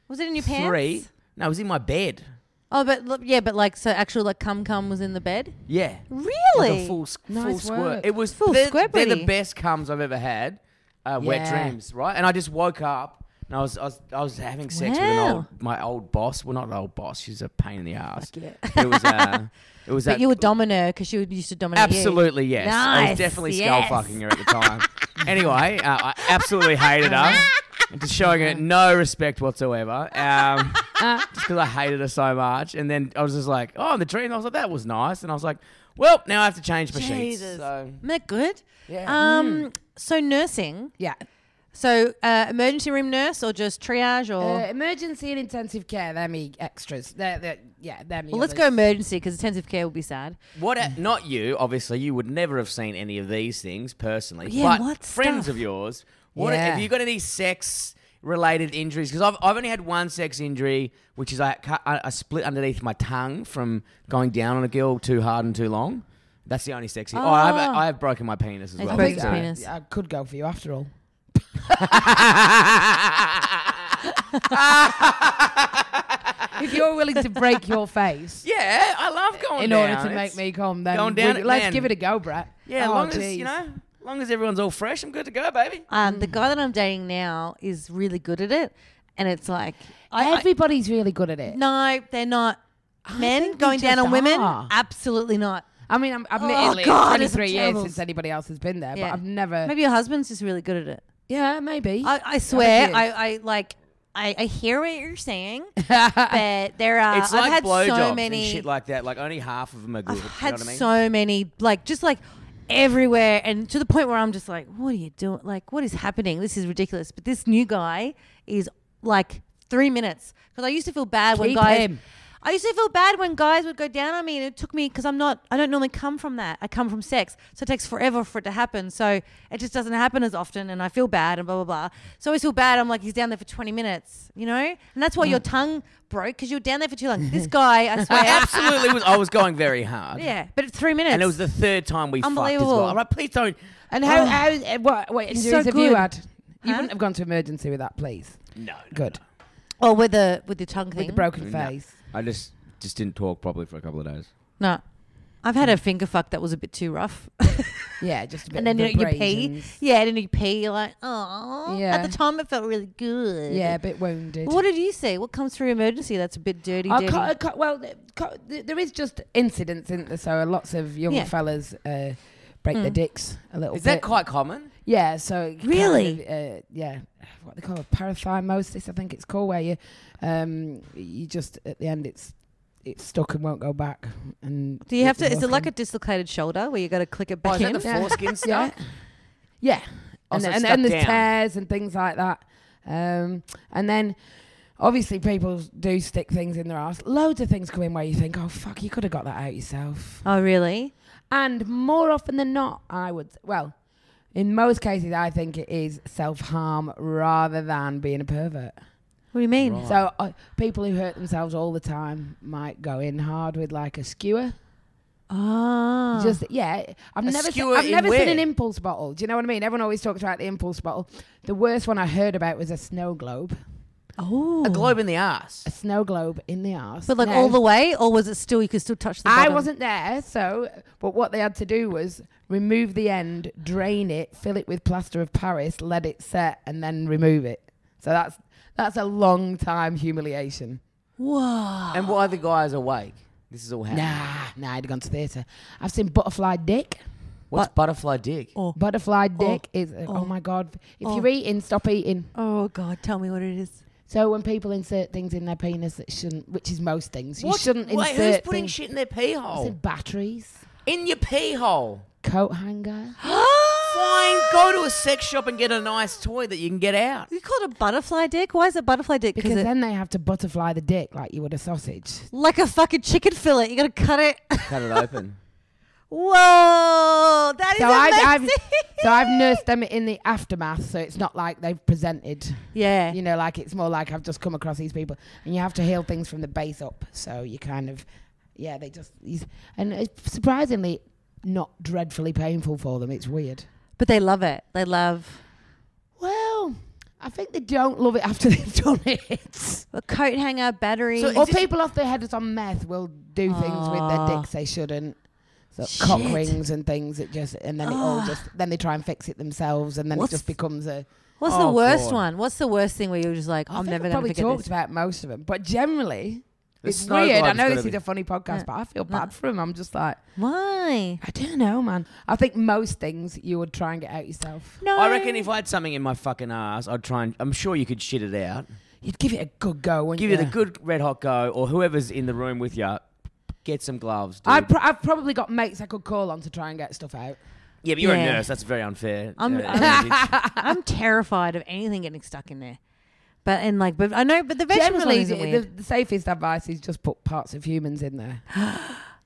B: was it in your pants?
C: three. No, it was in my bed.
B: Oh, but look, yeah, but like so actual like cum cum was in the bed.
C: Yeah.
B: Really?
C: Like a full, s- full
A: Nice
C: squirt.
A: work.
C: It was
B: Full
C: they're, they're the
B: squibbity.
C: best cums I've ever had. Uh, Wet
A: Yeah.
C: dreams, right? And I just woke up and I was I was, I was having sex with an
B: Wow.
C: old my old boss. Well, not an old boss. She's a pain in the ass. But it was uh, it was
B: But
C: that
B: you were dominant because you used to dominate. you.
C: Absolutely, yes. I
B: Nice,
C: was definitely
B: yes.
C: skull fucking her at the time. anyway, uh, I absolutely hated her. And Just showing her no respect whatsoever. Um,
B: Uh-huh.
C: just because I hated her so much. And then I was just like, oh, the dream. I was like, that was nice. And I was like, well, now I have to change my sheets.
B: Jesus.
C: So,
B: Isn't that good?
C: Yeah.
B: Um. So nursing.
A: Yeah.
B: So uh, emergency room nurse or just triage or.
A: Uh, emergency and intensive care, they're me extras. They're, they're, yeah, they're me.
B: well, let's go
A: others.
B: emergency because intensive care will be sad.
C: what? A, not you, obviously. You would never have seen any of these things personally.
B: Yeah,
C: but
B: what
C: friends
B: stuff?
C: of yours. What
A: Yeah.
C: have you got any sex? Related injuries because I've, I've only had one sex injury, which is I, cut- I, I split underneath my tongue from going down on a girl too hard and too long. That's the only sex. Oh, I, have,
B: Oh.
C: I have broken my penis as
B: It's
C: well.
A: I think
B: Big
A: I-
B: penis.
A: I could go for you after all. If you're willing to break your face
C: yeah, I love going
A: in
C: down.
A: order to
C: It's-
A: make me calm, then
C: going down
A: we-
C: it,
A: let's
C: man.
A: give it a go, Brett.
C: Yeah,
A: Oh,
C: long as
A: geez.
C: you know, long as everyone's all fresh, I'm good to go, baby.
B: Um, the guy that I'm dating now is really good at it, and it's like I-
A: Everybody's really good at it.
B: No, they're not. Men
A: think
B: going
A: they
B: down
A: just
B: on women?
A: are.
B: Absolutely not.
A: I mean, I'm admittedly, it's
B: God, it's
A: 23 years
B: terrible.
A: since anybody else has been there,
B: Yeah.
A: but I've never.
B: Maybe your husband's just really good at it.
A: Yeah, maybe.
B: I, I swear,
A: is.
B: I, I like, I, I hear what you're saying, but there
A: Uh,
B: are.
C: it's
B: I've
C: like
B: had
C: blowjobs
B: so many.
C: and shit like that. Like only half of them are good.
B: I've
C: you know
B: had
C: what I mean?
B: so many, like just like everywhere, and to the point where I'm just like, what are you doing? Like, what is happening? This is ridiculous. But this new guy is like three minutes because I used to feel bad when
A: Keep
B: guys.
A: him.
B: I used to feel bad when guys would go down on me, and it took me because I'm not. I don't normally come from that. I come from sex, so it takes forever for it to happen. So it just doesn't happen as often, and I feel bad and blah blah blah. So I always feel bad. I'm like, he's down there for 20 minutes, you know, and that's
C: Mm.
B: why your tongue broke because you were down there for too long. This guy, I swear,
C: I absolutely was. I was going very hard.
B: yeah, but three minutes.
C: And it was the third time we fucked as well.
B: Unbelievable.
C: I'm like, please don't.
A: and how,
B: Oh.
A: how uh, what, what
B: He's
A: injuries
B: so
A: have you
B: good.
A: had? You
B: Huh?
A: wouldn't have gone to emergency with that, please.
C: No. no,
A: Good.
B: Oh, with the with the tongue
A: With
B: thing.
A: the broken
C: No.
A: face.
C: no. I just just didn't talk properly for a couple of days.
B: no, I've had a finger fuck that was a bit too rough,
A: Yeah, just a bit
B: and then you,
A: of
B: you pee.
A: abrasions.
B: Yeah, and then you pee. You're like, oh.
A: Yeah.
B: At the time, it felt really good.
A: Yeah, a bit wounded.
B: What did you see? What comes through emergency? That's a bit dirty.
A: I
B: dirty.
A: ca- I ca- well, th- ca- th- there is just incidents, isn't there? So lots of young
B: Yeah. Hmm.
A: fellas uh, break their dicks a little
C: Is
A: bit.
C: that quite common?
A: Yeah, so it kind
B: Really?
A: of, uh, yeah, what they call it, paraphimosis, I think it's called, where you, um, you just at the end it's it's stuck and won't go back. And
B: Do you have to? Is it like a dislocated shoulder where you got to click it back
C: Oh, is that
B: in?
C: the
A: Yeah.
C: foreskin
A: yeah,
C: stuff?
A: yeah,
C: Oh,
A: and
C: so it's
A: and,
C: stuck
A: and there's
C: down.
A: tears and things like that, um, and then. Obviously, people do stick things in their ass. Loads of things come in where you think, "Oh fuck, you could have got that out yourself."
B: oh, really?
A: And more often than not, I would, well, in most cases, I think it is self harm rather than being a pervert.
B: What do you mean?
C: Right.
A: So uh, people who hurt themselves all the time might go in hard with like a skewer.
B: Oh,
A: Just yeah, I've
C: A
A: never seen,
C: skewer
A: I've
C: in
A: never seen
C: where?
A: an impulse bottle. Do you know what I mean? Everyone always talks about the impulse bottle. The worst one I heard about was a snow globe.
B: oh,
C: A globe in the ass.
A: A snow globe in the arse.
B: But like all the way, or was it still? You could still touch the.
A: I
B: bottom?
A: wasn't there, so but what they had to do was remove the end, drain it, fill it with plaster of Paris, let it set, and then remove it. So that's that's a long time humiliation.
B: Whoa.
C: And why the guy's awake? This is all happening.
A: Oh. Nah, nah, I'd have gone to theatre. I've seen Butterfly Dick.
C: What's butterfly dick?
B: Oh,
A: Butterfly Dick is, oh, my God. If
B: Oh.
A: you're eating, stop eating.
B: oh God, tell me what it is.
A: So when people insert things in their penis that shouldn't, which is most things, you shouldn't
C: Wait,
A: insert
C: who's putting
A: things.
C: shit in their pee
A: I
C: hole?
A: said batteries,
C: In your pee hole.
A: coat hanger.
C: Fine, go to a sex shop and get a nice toy that you can get out.
B: You call it a butterfly dick? Why is it butterfly dick?
A: Because
B: it,
A: then they have to butterfly the dick like you would a sausage.
B: like a fucking chicken fillet, you gotta cut it.
C: Cut it open.
B: Whoa, that is
A: So I've, I've
B: amazing.
A: so I've nursed them in the aftermath, so it's not like they've presented.
B: Yeah.
A: You know, like it's more like I've just come across these people, and you have to heal things from the base up. So you kind of, yeah, they just these, and it's surprisingly not dreadfully painful for them. It's weird.
B: but they love it. They love
A: Well, I think they don't love it after they've done it.
B: a coat hanger, battery.
C: So- Is
A: or
C: this-
A: people off their heads on meth will do things with
B: Ah.
A: their dicks they shouldn't. So cock
B: Shit.
A: rings and things that just and then it
C: Ah.
A: all just then they try and fix it themselves and then
B: What's-
A: it just becomes a
B: What's the
C: Oh,
B: worst
C: God.
B: one? What's the worst thing where you're just like,
A: I
B: I'm
A: think
B: never
A: I've
B: gonna
A: probably
B: forget
A: talked
B: this?
A: about most of them, but generally,
C: The
A: it's
C: snow
A: weird. I
C: globe's
A: know
C: gotta
A: this is
C: be-
A: a funny podcast,
B: Yeah.
A: but I feel
B: No.
A: bad for him. I'm just like,
B: Why?
A: I don't know, man. I think most things you would try and get out yourself.
B: No.
C: I reckon if I had something in my fucking ass, I'd try and. I'm sure you could shit it out.
A: You'd give it a good go, wouldn't
C: Give
A: you?
C: it a good red hot go, or whoever's in the room with you, get some gloves. Dude.
A: I'd pro- I've probably got mates I could call on to try and get stuff out.
C: yeah, but you're
B: Yeah.
C: a nurse. That's very unfair. Uh,
B: I'm-
C: I'm
B: I'm terrified of anything getting stuck in there. But and like, but I know, but the vegetables one
A: Generally,
B: isn't
A: the,
B: weird.
A: the, the safest advice is just put parts of humans in there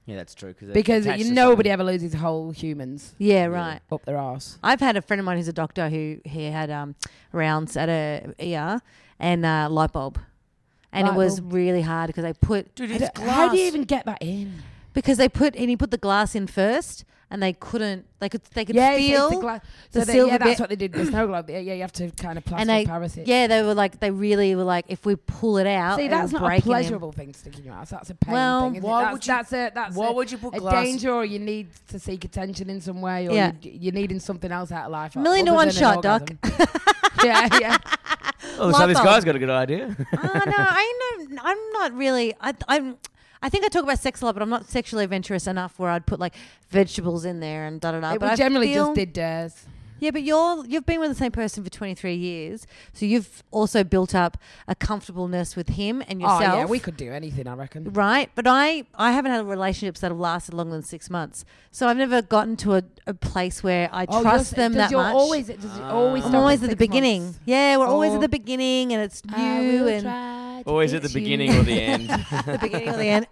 C: yeah, that's true. Cause they're
A: because
C: attached
A: you,
C: to
A: nobody ever loses whole humans
B: yeah, right.
A: up their arse.
B: I've had a friend of mine who's a doctor who he had um, rounds at a ER and uh, light bulb, and it
A: Light
B: was
A: bulb.
B: really hard because they put
C: something.
A: I
C: Dude, it's
A: don't- How do you
C: glass.
A: even get that in?
B: because they put and he put the glass in first, and they couldn't. They could they could
A: it's- it's
B: feel
A: the gla-
B: the
A: so they,
B: silver
A: yeah, that's
B: bit.
A: what they did with the snow globe. Yeah, yeah, you have to kind of plaster
B: and they
A: Paris it.
B: yeah they were like they really were like if we pull it out
A: See,
B: it'll
A: that's not
B: break
A: a
B: in him."
A: pleasurable thing to stick in your ass. That's a pain
B: Well,
A: thing. Isn't
C: why
A: it? That's,
C: would you-
A: that's a that's
C: why
A: a,
C: would you put
A: a
C: glass-
A: danger, or you need to seek attention in some way, or
B: Yeah.
A: you, you're needing something else out of life. o-
B: Million to
A: other
B: one
A: than an
B: shot, Doc.
A: orgasm. yeah, yeah.
C: Oh, so
B: light
C: this
B: bulb.
C: guy's got a good idea.
B: oh no I know I'm not really I, I'm I think I talk about sex a lot but I'm not sexually adventurous enough where I'd put like vegetables in there and da da da
A: It-
B: but
A: we
B: I
A: generally
B: feel-
A: just did dares.
B: yeah but you're you've been with the same person for 23 years so you've also built up a comfortableness with him and yourself
A: Oh yeah, we could do anything, I reckon.
B: right but I I haven't had relationships that have lasted longer than six months so I've never gotten to a, a place where I
A: Oh,
B: trust
A: you're-
B: them
A: does
B: that
A: you're
B: much
A: Always, does it
C: Uh,
A: always
B: I'm
A: stop
B: always at the
A: six
B: beginning.
A: months? Oh. Ah,
B: Yeah, we're always
A: Or-
B: at the beginning, and it's
A: I
B: you
A: will
B: and
A: try to
C: Always at the
A: get you.
C: beginning or the end.
B: the beginning or the end.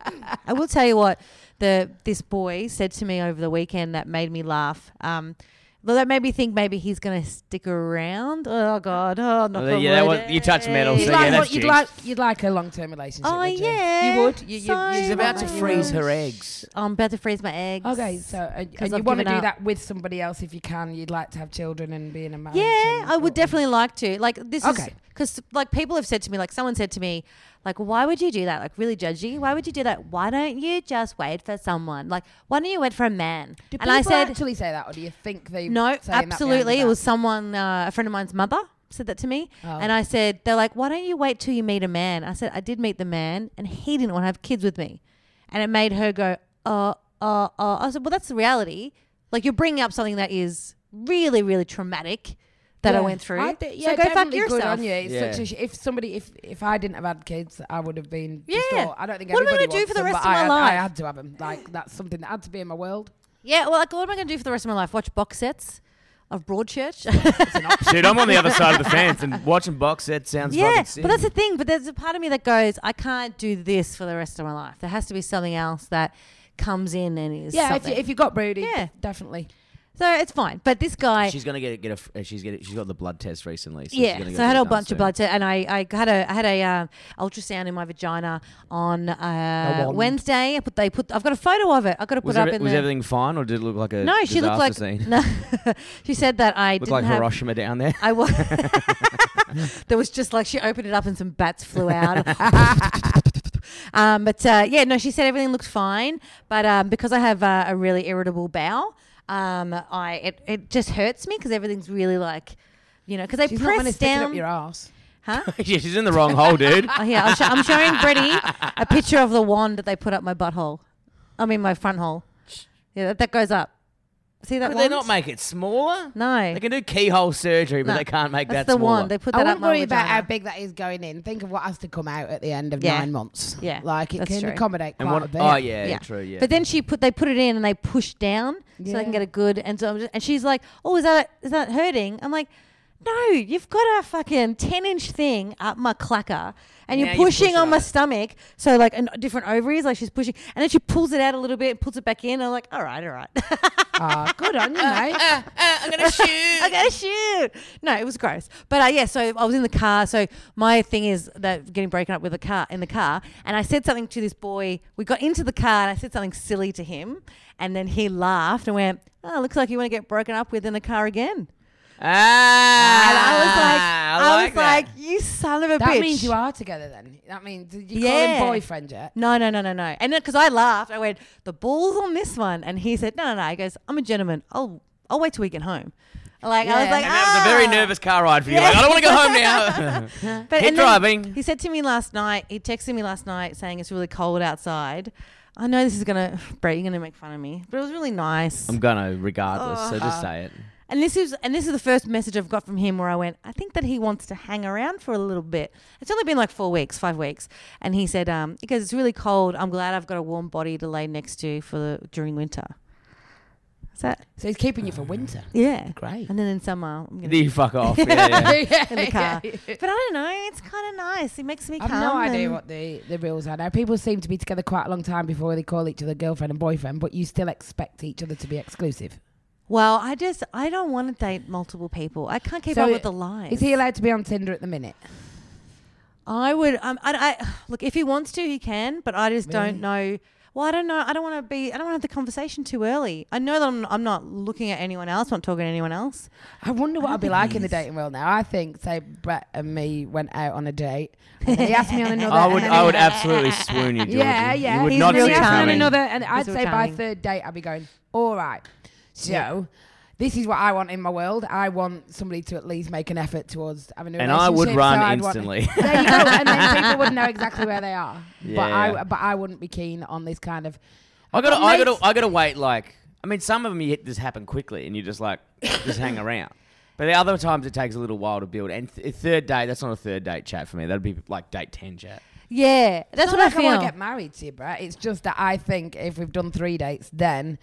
B: I will tell you what the this boy said to me over the weekend that made me laugh. Um, well, that made me think maybe he's gonna stick around. Oh God! Oh, not
C: Oh, yeah, that one- you touch metal,
A: You'd
C: So,
A: like,
C: yeah,
A: what,
C: that's
A: you'd
C: jinxed.
A: like you'd like a long term relationship.
B: Oh,
A: would you?
B: yeah.
A: you would. You, you,
B: So
A: you
C: She's
B: She's
C: about to
B: Oh.
C: freeze her eggs.
B: I'm about to freeze my eggs.
A: Okay, so uh, and, and
B: I've
A: you want to
B: given
A: do
B: up.
A: that with somebody else if you can. You'd like to have children and be in a marriage.
B: Yeah,
A: and-
B: I would definitely like to. Like this is
A: Okay.
B: because like people have said to me, like someone said to me, like why would you do that? Like really judgy. Why would you do that? Why don't you just wait for someone? Like why don't you wait for a man?
A: Do
B: and I
A: people
B: said
A: actually say that, or do you think they?
B: no,
A: saying that behind
B: absolutely.
A: your
B: It was
A: back?
B: someone, uh, a friend of mine's mother said that to me,
A: Oh.
B: and I said they're like, why don't you wait till you meet a man? I said I did meet the man, and he didn't want to have kids with me, and it made her go, uh, uh, uh. I said, well, that's the reality. Like you're bringing up something that is really, really traumatic that I
A: Yeah.
B: went through.
A: I d- yeah,
B: so go fuck
A: definitely good
B: yourself.
A: on you. It's
C: Yeah.
A: such a sh- if somebody, if if I didn't have had kids, I would have been.
B: Yeah.
A: distraught. I don't think.
B: What am I
A: anybody
B: gonna do
A: wants
B: for the
A: them,
B: rest
A: but
B: of
A: I
B: my
A: had-
B: life?
A: I had to have them. Like that's something that had to be in my world.
B: Yeah, well, like, what am I going to do for the rest of my life? Watch box sets of Broadchurch?
C: Dude, I'm on the other side of the fence, and watching box set sounds
B: yeah,
C: fucking sick.
B: but that's the thing. But there's a part of me that goes, I can't do this for the rest of my life. There has to be something else that comes in and is
A: Yeah, if
B: something.
A: you, if you got broody,
B: Yeah.
A: definitely.
B: so it's fine. But this guy,
C: She's gonna get a, get a f- uh, she's get a, she's got the blood test recently. So she's
B: yeah.
C: gonna go
B: So I had
C: get
B: a
C: it done
B: bunch
C: soon.
B: of blood, to, and I, I had a I had a um ultrasound in my vagina on uh,
A: wand.
B: Wednesday. I put they put I've got a photo of it. I have got to put
C: Was,
B: it up
C: every-
B: in
C: was
B: the.
C: everything fine, or did it look like a
B: no, she looked like
C: disaster scene?
B: no. she said that I
C: Looked
B: didn't
C: like
B: have
C: Hiroshima down there.
B: I was. there was just like she opened it up and some bats flew out. um, but uh, yeah, no, she said everything looked fine, but um, because I have uh, a really irritable bowel, um, I it, it just hurts me because everything's really like, you know, because they
A: She's not going to
B: press
A: stick it up
B: down.
A: your ass.
B: huh?
C: yeah, she's in the wrong hole, dude.
B: Oh, yeah, I'll show- I'm showing Brittany a picture of the wand that they put up my butthole. I mean, my front hole. Yeah, that, that goes up. See that
C: Could
B: one?
C: they not make it smaller?
B: No.
C: They can do keyhole surgery, but
B: No.
C: they can't make that
B: That's the
C: smaller.
B: one. They put
A: I
B: that
A: wouldn't
B: up my
A: worry about how
B: vagina.
A: big that is going in. Think of what has to come out at the end of
B: Yeah.
A: nine months.
B: Yeah,
A: like it
B: that's
A: can
B: true.
A: accommodate
C: and
A: quite
C: what,
A: a bit.
C: oh yeah,
B: Yeah.
C: true, yeah.
B: But then she put they put it in and they push down so
A: Yeah.
B: they can get a good and so I'm just, and she's like, "Oh, is that is that hurting?" I'm like, "No, you've got a fucking 10-inch thing up my clacker and
C: Now
B: you're
C: you're
B: pushing
C: pushing
B: on my
C: on it."
B: stomach." So like and different ovaries like she's pushing and then she pulls it out a little bit, pulls it back in. And I'm like, "All right, all right."
A: Ah, good on you,
B: Uh,
A: mate.
C: Uh, I'm gonna shoot.
B: I gotta shoot. No, it was gross. But uh, yeah, so I was in the car. So my thing is that getting broken up with a car in the car, and I said something to this boy. We got into the car, and I said something silly to him, and then he laughed and went, "Oh, looks like you want to get broken up with in the car again."
C: Ah,
B: And I was like,
C: I,
B: I,
C: like
B: was
C: that.
B: like, "You son of a
A: That
B: bitch."
A: means you are together then. That means did you
B: Yeah.
A: call him boyfriend yet?
B: No, no, no, no, no. And because I laughed, I went, the ball's on this one. And he said, no, no, no. He goes, I'm a gentleman. I'll, I'll wait till we get home. Like, I was
A: Yeah.
B: like,
C: And that was a very
B: "Ah."
C: nervous car ride for you. Like, I don't want to go home now.
B: But
C: Keep
B: and then
C: driving.
B: He said to me last night. He texted me last night saying it's really cold outside. I know this is gonna, Brett, you're gonna make fun of me, but it was really nice.
C: I'm gonna, regardless. so
B: Uh-huh.
C: just say it.
B: and this is and this is the first message I've got from him where I went. I think that he wants to hang around for a little bit. It's only been like four weeks, five weeks, and he said, um, because it's really cold. I'm glad I've got a warm body to lay next to for the during winter. Is that
A: So he's keeping you for winter.
B: yeah?
A: Great.
B: And then in summer, I'm gonna
C: You fuck off. Yeah, yeah.
B: in the car. But I don't know. It's kind of nice. It makes me.
A: I've
B: calm
A: no idea
B: and-
A: what the, the rules are now. People seem to be together quite a long time before they call each other girlfriend and boyfriend, but you still expect each other to be exclusive.
B: Well, I just I don't want to date multiple people. I can't keep
A: So
B: up with the lies.
A: Is he allowed to be on Tinder at the minute?
B: I would. Um, I, I look if he wants to, he can. But I just
A: Really?
B: don't know. Well, I don't know. I don't want to be. I don't want to have the conversation too early. I know that I'm, I'm not looking at anyone else. Not talking to anyone else.
A: I wonder what
B: I
A: I'd be
B: think
A: like
B: he
A: in the
B: is.
A: dating world now. I think, say, Brett and me went out on a date. And then he asked me on another.
C: I would,
A: and
C: I
A: then
C: would
A: he-
C: absolutely swoon you, Georgie.
A: Yeah,
C: You
A: yeah.
C: would
B: He's
C: not
A: and then
B: really
C: see
A: he
C: it
A: asked me on
B: charming.
A: another, and I'd
B: He's
A: say
B: really
A: by
B: charming.
A: third date, I'd be going, all right. So, this is what I want in my world. I want somebody to at least make an effort towards having a
C: And I
A: relationship.
C: would
A: so
C: run
A: I'd want-
C: instantly.
A: There you go. And then people would know exactly where they are. But
C: Yeah.
A: I, but I wouldn't be keen on this kind of.
C: I gotta,
A: But
C: I gotta,
A: mates-
C: I gotta wait. Like, I mean, some of them you hit this happen quickly, and you just like just hang around. But the other times it takes a little while to build. And th- third date, that's not a third date chat for me. That'd be like date ten chat.
B: Yeah, that's
A: It's
B: what
A: not like
B: I
A: I
B: feel.
A: want to get married to you, Brett. It's just that I think if we've done three dates, then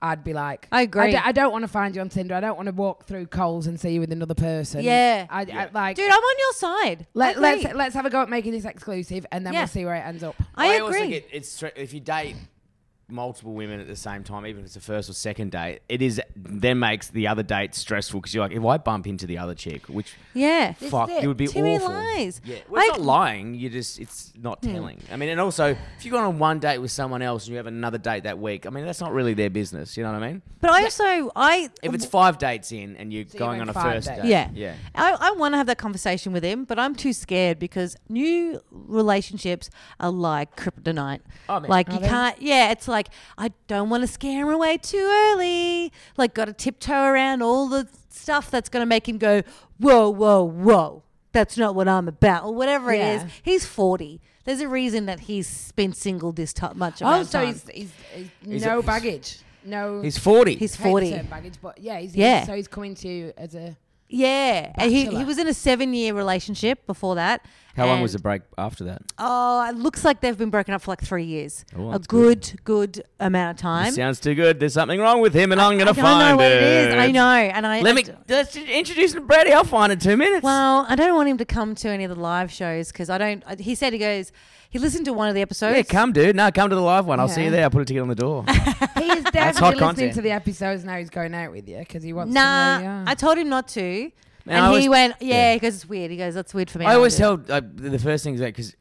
A: I'd be like,
B: I agree.
A: d- I don't want to find you on Tinder. I don't want to walk through Coles and see you with another person.
B: Yeah.
A: I,
C: Yeah.
A: I, like,
B: Dude, I'm on your side.
A: Let,
B: I
A: let's
B: agree.
A: let's have a go at making this exclusive, and then
B: Yeah.
A: we'll see where it ends up.
B: I agree.
C: also think it, it's str- if you date multiple women at the same time, even if it's the first or second date, it is then makes the other date stressful because you're like, if I bump into the other chick, which
B: yeah.
A: This
C: fuck,
A: is it.
C: it would be
B: Too many
C: awful.
B: lies.
C: Yeah, well, it's
B: I-
C: not
B: Hmm.
C: lying. You just it's not telling. I mean, and also if you go on one date with someone else and you have another date that week, I mean, that's not really their business. You know what I mean?
B: But I also I
C: If it's five dates in and you're
A: Um, So you're
C: going
A: in
C: on a
A: five
C: first
A: dates.
C: date,
B: Yeah.
C: yeah.
B: I, I want to have that conversation with him, but I'm too scared because new relationships are like kryptonite.
C: Oh, man.
B: like
A: Are
B: you
A: they?
B: can't. Yeah, it's like I don't want to scare him away too early. Like, got to tiptoe around all the stuff that's going to make him go, whoa, whoa, whoa. That's not what I'm about, or whatever
A: Yeah.
B: it is. He's 40. There's a reason that he's been single this t- much. amount
A: Oh,
B: of
A: so
B: time.
A: he's, he's, he's,
C: He's-
A: no
C: he's-
A: baggage, no.
C: He's forty.
B: he's
A: I hate the
B: 40.
A: term baggage, but yeah, he's,
B: Yeah.
A: So he's coming to you as a.
B: Yeah, and he, he
A: Bachelor.
B: was in a seven year relationship before that.
C: How long was
B: and-
C: the break after that?
B: Oh, it looks like they've been broken up for like three years.
C: Oh,
B: a
C: that's
B: good, good, amount of time.
C: This sounds too good. There's something wrong with him, and I, am gonna
B: I don't
C: find
B: know what
C: it.
B: it is. I know, and I.
C: Let
B: I
C: me
B: d-
C: let's just introduce him to Brady. I'll find it in two minutes.
B: well, I don't want him to come to any of the live shows because I don't. I- He said he goes. He listened to one of the episodes.
C: yeah, come, dude. No, come to the live one. I'll see
A: Yeah.
C: you there. I'll put a ticket on the door.
A: He is
C: hot
A: definitely listening
C: content.
A: to the episodes now. He's going out with you because he wants.
B: Nah,
A: to know, yeah.
B: I told him not to,
C: Man,
B: and
C: I
B: he
C: always-
B: went. Yeah,
C: yeah.
B: he goes. It's weird. He goes. That's weird for me.
C: I
B: I'll
C: always
B: do it."
C: tell uh, the first thing is that because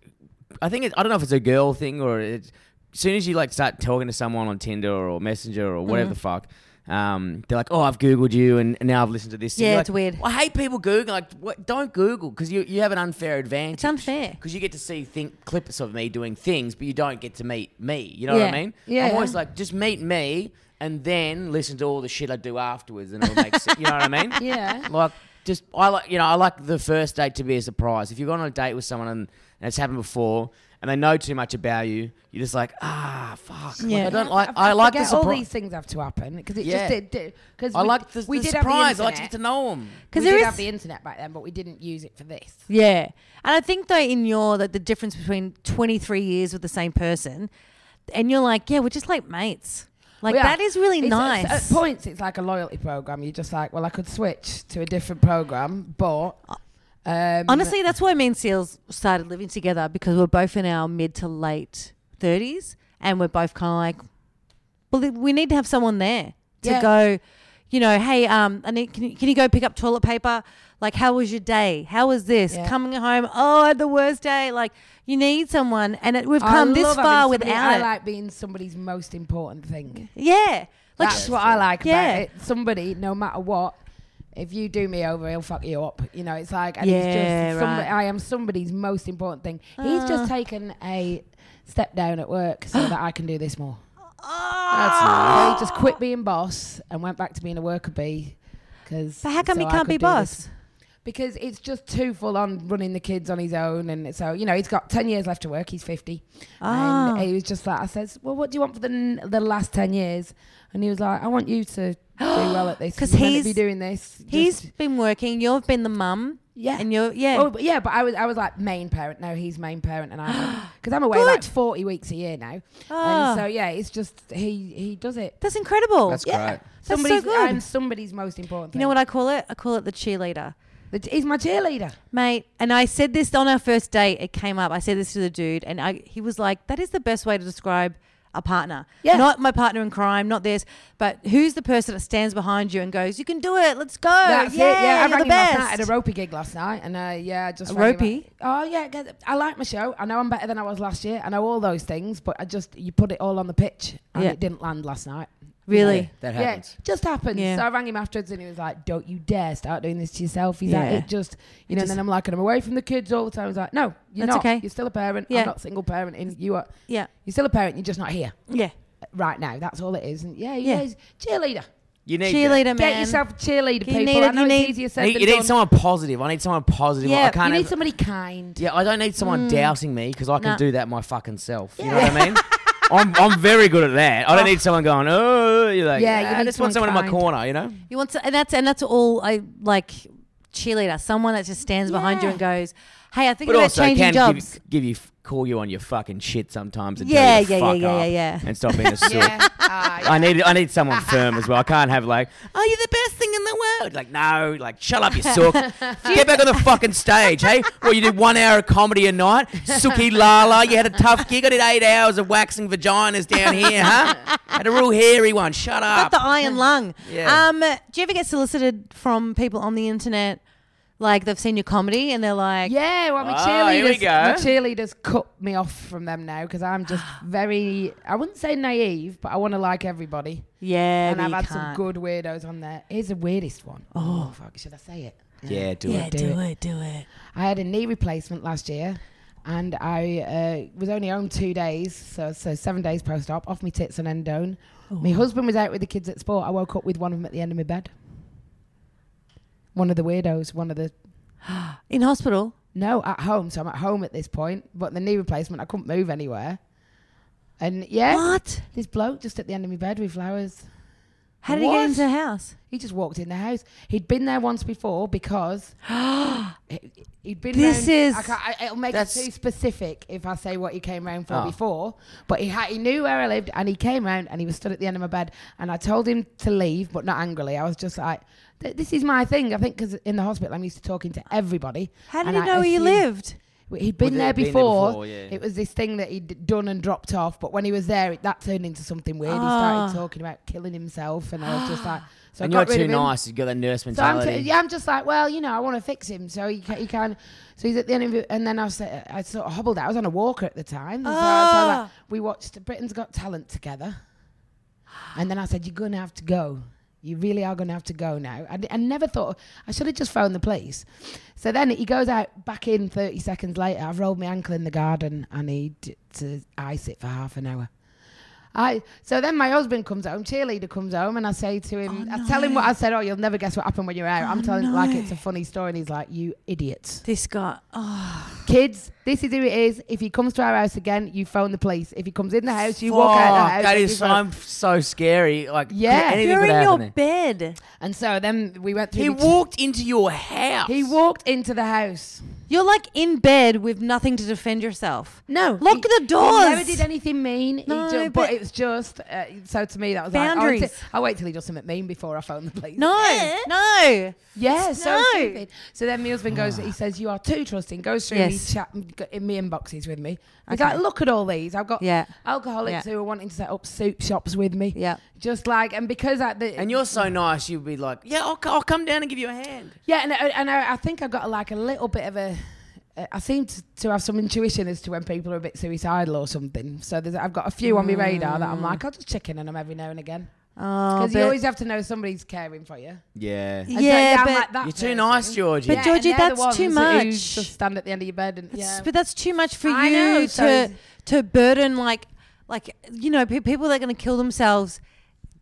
C: I think it, I don't know if it's a girl thing or it's, as soon as you like start talking to someone on Tinder or Messenger or
B: Mm.
C: whatever the fuck. Um, they're like, oh, I've googled you, and and now I've listened to this. thing."
B: Yeah,
C: You're like,
B: it's weird.
C: I hate people googling. Like, what? Don't Google because you you have an unfair advantage.
B: It's unfair.
C: because you get to see think clips of me doing things, but you don't get to meet me. You know what
B: Yeah.
C: I mean?
A: Yeah.
C: I'm always like, just meet me, and then listen to all the shit I do afterwards, and it'll make sense. You know what I mean?
A: yeah.
C: like just I like you know I like the first date to be a surprise. If you have gone on a date with someone and, and it's happened before, and they know too much about you, you're just like, ah, fuck.
B: Yeah.
C: Like, I don't
A: I-
C: like.
A: I,
C: I, like the
A: forget all
C: surprise.
A: these things have to happen because it
C: Yeah.
A: just did. Because
C: I like the,
A: we
C: the
A: did
C: surprise.
A: Have
C: I
A: the
C: like to get to know them.
A: Because
B: Because
A: we
B: there
A: did
B: is
A: have the internet back then, but we didn't use it for this.
B: Yeah. And I think though in your that the difference between 23 years with the same person and you're like, yeah, we're just like mates. Like
A: We are.
B: that is really
A: It's- uh, it's-
B: nice.
A: At points, it's like a loyalty program. You're just like, well, I could switch to a different program, but um,
B: Honestly, that's why me and Seals started living together because we're both in our mid to late 30s and we're both kind of like, well, th- we need to have someone there to
A: Yeah.
B: go, you know, hey, um, I need, can, you, can you go pick up toilet paper? Like, how was your day? How was this?
A: Yeah.
B: Coming home, oh, I had the worst day. Like, you need someone. And it, we've
A: I
B: come this
A: love having
B: far
A: somebody-
B: without
A: I
B: it.
A: like being somebody's most important thing.
B: yeah. Like,
A: That's what I like
B: Yeah.
A: about it. Somebody, no matter what, if you do me over, he'll fuck you up. You know, it's like, and it's
B: Yeah,
A: just, somebody,
B: right. Ah.
A: I am somebody's most important thing. He's just taken a step down at work so that I can do this more.
B: "Oh."
C: That's nice.
A: So he just quit being boss and went back to being a worker bee. Cause,
B: but how come
A: so
B: he
A: I
B: can't
A: could
B: be
A: do this.
B: boss?
A: Because it's just too full on running the kids on his own. And so, you know, he's got 10 years left to work. He's 50.
B: Ah.
A: And he was just like, I says, well, what do you want for the, n- the last 10 years? And he was like, I want you to do well at this.
B: 'Cause
A: You're meant to
B: he's-
A: be doing this. Just-
B: He's been working. You've been the mum.
A: Yeah.
B: And you're, yeah.
A: Oh, but yeah, but I was I was like main parent. No, he's main parent, and I'm because I'm away like
B: Good.
A: 40 weeks a year now.
B: Ah.
A: And so yeah, it's just he he does it.
B: That's incredible.
C: That's
A: Yeah.
C: great.
B: so
A: Somebody's,
B: good.
A: I'm somebody's most important.
B: You know what I call it? I call it the cheerleader.
A: I, he's my cheerleader.
B: Mate, and I said this on our first date. It came up. I said this to the dude, and I, he was like, "That is the best way to describe a partner.
A: Yeah.
B: Not my partner in crime, not this, but who's the person that stands behind you and goes, "You can do it. Let's go.
A: That's
B: yeah,
A: it. Yeah, I
B: you're
A: rang
B: the
A: him last
B: best."
A: night. I had a ropey gig last night, and uh, yeah, I just
B: A
A: rang him
B: ropey?
A: up. Oh yeah, 'cause I like my show. I know I'm better than I was last year. I know all those things, but I just you put it all on the pitch, and
B: Yeah.
A: it didn't land last night.
B: really?
C: That happens.
A: Yeah, just happens.
B: Yeah.
A: So I rang him afterwards and he was like, Don't you dare start doing this to yourself. He's
B: Yeah.
A: like, It just, you know, and
B: Just-
A: then I'm like, and I'm away from the kids all the time. I was like, No, you're
B: That's
A: not.
B: okay.
A: You're still a parent.
B: Yeah.
A: I'm not single parenting. You are,
B: Yeah.
A: you're still a parent. You're just not here
B: Yeah.
A: right now. That's all it is. And yeah,
B: Yeah.
A: yeah. he's cheerleader.
C: You need that.
B: Cheerleader, man.
A: Get yourself a cheerleader,
B: You
A: people.
B: need
A: I
B: it,
A: know
B: you
A: it's
B: need-
A: easier
C: I
A: said
C: need,
A: than
C: you
A: done.
C: need someone positive. I need someone positive.
B: Yeah,
C: I can't.
A: you need Mm.
C: have-
A: somebody kind.
C: yeah, I don't need someone dousing me because I can
B: Nah.
C: do that my fucking self. You know what I mean? I'm, I'm very good at that. I don't need someone going, oh, you're like,
A: Yeah, you
C: "Ah," I
A: need
C: just want
A: someone
C: someone in my
A: kind.
C: corner, you know?
B: You want, to, and that's and that's all I like. Cheerleader, someone that just stands behind you
A: Yeah.
B: and goes, "Hey, I think
C: But
B: about
C: also
B: changing
C: can
B: jobs."
C: give, give you call you on your fucking shit sometimes and
B: Yeah,
C: tell you to
B: yeah,
C: fuck
B: yeah, yeah,
C: up
B: yeah, yeah.
C: and stop being a sook.
A: Yeah.
C: I need I need someone firm as well. I can't have like
B: oh, you're the best thing in the world.
C: like no like shut up you sook. Get back on the fucking stage, hey? Well you did one hour of comedy a night, sookie lala. You had a tough gig. I did eight hours of waxing vaginas down here, huh? Had a real hairy one. Shut
B: Got
C: up.
B: the iron lung.
C: Yeah.
B: Um, do you ever get solicited from people on the internet, like they've seen your comedy and they're like,
A: Yeah, well, my
C: Ah, here we
A: cheerleaders, my
C: go.
A: cheerleaders cut me off from them now because I'm just very, I wouldn't say naive, but I want to like everybody.
B: yeah,
A: and
B: but
A: I've
B: you
A: had some
B: can't.
A: good weirdos on there. Here's the weirdest one. Oh, fuck, should I say it?
C: yeah, do
B: Yeah,
C: it.
B: do,
A: Do
B: it.
A: it.
B: do it.
A: I had a knee replacement last year, and I uh, was only home two days, so so seven days post op, off me tits and endone.
C: Oh.
A: My husband was out with the kids at sport. I woke up with one of them at the end of my bed. One of the weirdos. One of the
B: In hospital.
A: no at home. So I'm at home at this point, but the knee replacement, I couldn't move anywhere. And yeah,
B: What?
A: this bloke just at the end of my bed with flowers.
B: How did he get
A: What?
B: into the house?
A: He just walked in the house. He'd been there once before because he- he'd been.
B: This
A: round-
B: is-
A: I can't, I, it'll make
C: That's-
A: it too specific if I say what he came round for
C: Oh.
A: before. But he ha- he knew where I lived, and he came round, and he was stood at the end of my bed, and I told him to leave, but not angrily. I was just like, "Th- "This is my thing." I think because in the hospital, I'm used to talking to everybody.
B: How did
A: and
B: he
A: I
B: know where you
A: assumed-
B: lived?
A: He'd been,
C: Well,
A: there,
C: they'd been there
A: before.
C: before, yeah.
A: It was this thing that he'd done and dropped off. But when he was there, it, that turned into something weird. He
B: Ah.
A: started talking about killing himself, and I was just like, "So
C: And
A: I
C: you're
A: got rid
C: too
A: of him.
C: nice. You got that nurse
A: So I'm,
C: mentality.
A: t- yeah, I'm just like, well, you know, I want to fix him, so he can, he can. So he's at the end of it, and then I was, uh, I sort of hobbled out. I was on a walker at the time. And so, I- so I was
B: Ah.
A: like, we watched Britain's Got Talent together, and then I said, you're gonna have to go. You really are gonna have to go now. I, d- I never thought I should have just phoned the police. So then he goes out back in 30 seconds later. I've rolled my ankle in the garden. I need to ice it for half an hour. I so then my husband comes home, cheerleader comes home, and I say to him,
B: Oh,
A: I tell him what
B: no.
A: I said. Oh, you'll never guess what happened when you're out. I'm
B: Oh,
A: telling it like
B: no.
A: it's a funny story, and he's like, "You idiots,
B: This guy. Oh,
A: kids, this is who it is. If he comes to our house again, you phone the police. If he comes in the house, you walk out of the
C: Fuck,
A: house.
C: that
A: you
C: is so,
A: phone-"
C: I'm so scary. Like,
A: Yeah.
C: anything
B: you're
C: could
B: in your
C: happen there.
B: bed.
A: And so then we went through.
C: He
A: the-
C: walked into your house.
A: He walked into the house.
B: You're like in bed with nothing to defend yourself.
A: No,
B: Lock
A: he-
B: the
A: He
B: doors.
A: never did anything mean.
B: No,
A: he just,
B: but-
A: but, it was just uh, so to me that was
B: Boundaries.
A: Like, I wait till he does something mean before I phone the police.
B: No, no.
A: Yeah, so
B: No.
A: stupid. So then my husband
C: Ah.
A: goes, he says, You are too trusting. Goes through
B: Yes.
A: me, chat, in me inboxes with me. He's
B: Okay.
A: like, Look at all these. I've got
B: Yeah.
A: alcoholics
B: Yeah.
A: who are wanting to set up soup shops with me.
B: Yeah.
A: Just like, and because I, the,
C: and you're so nice, you'd be like, yeah, I'll, I'll come down and give you a hand.
A: yeah, and, I- and I, I think I got like a little bit of a. uh, I seem to, to have some intuition as to when people are a bit suicidal or something. So there's, I've got a few on my radar that I'm like, I'll just check in on them every now and again.
B: Mm. Oh,
A: Because
B: but,
A: you always have to know somebody's caring for you.
C: Yeah.
A: And so,
B: Yeah,
A: I'm
B: but-
A: that
C: You're too
A: person.
C: nice, Georgie.
B: But
A: Yeah,
B: Georgie,
A: and they're the
B: that's too
A: ones who
B: much.
A: Just stand at the end of your bed and
B: that's-
A: yeah.
B: but that's too much for
A: I
B: you
A: know,
B: to
A: so it's-
B: to burden like like you know pe- people that are going to kill themselves.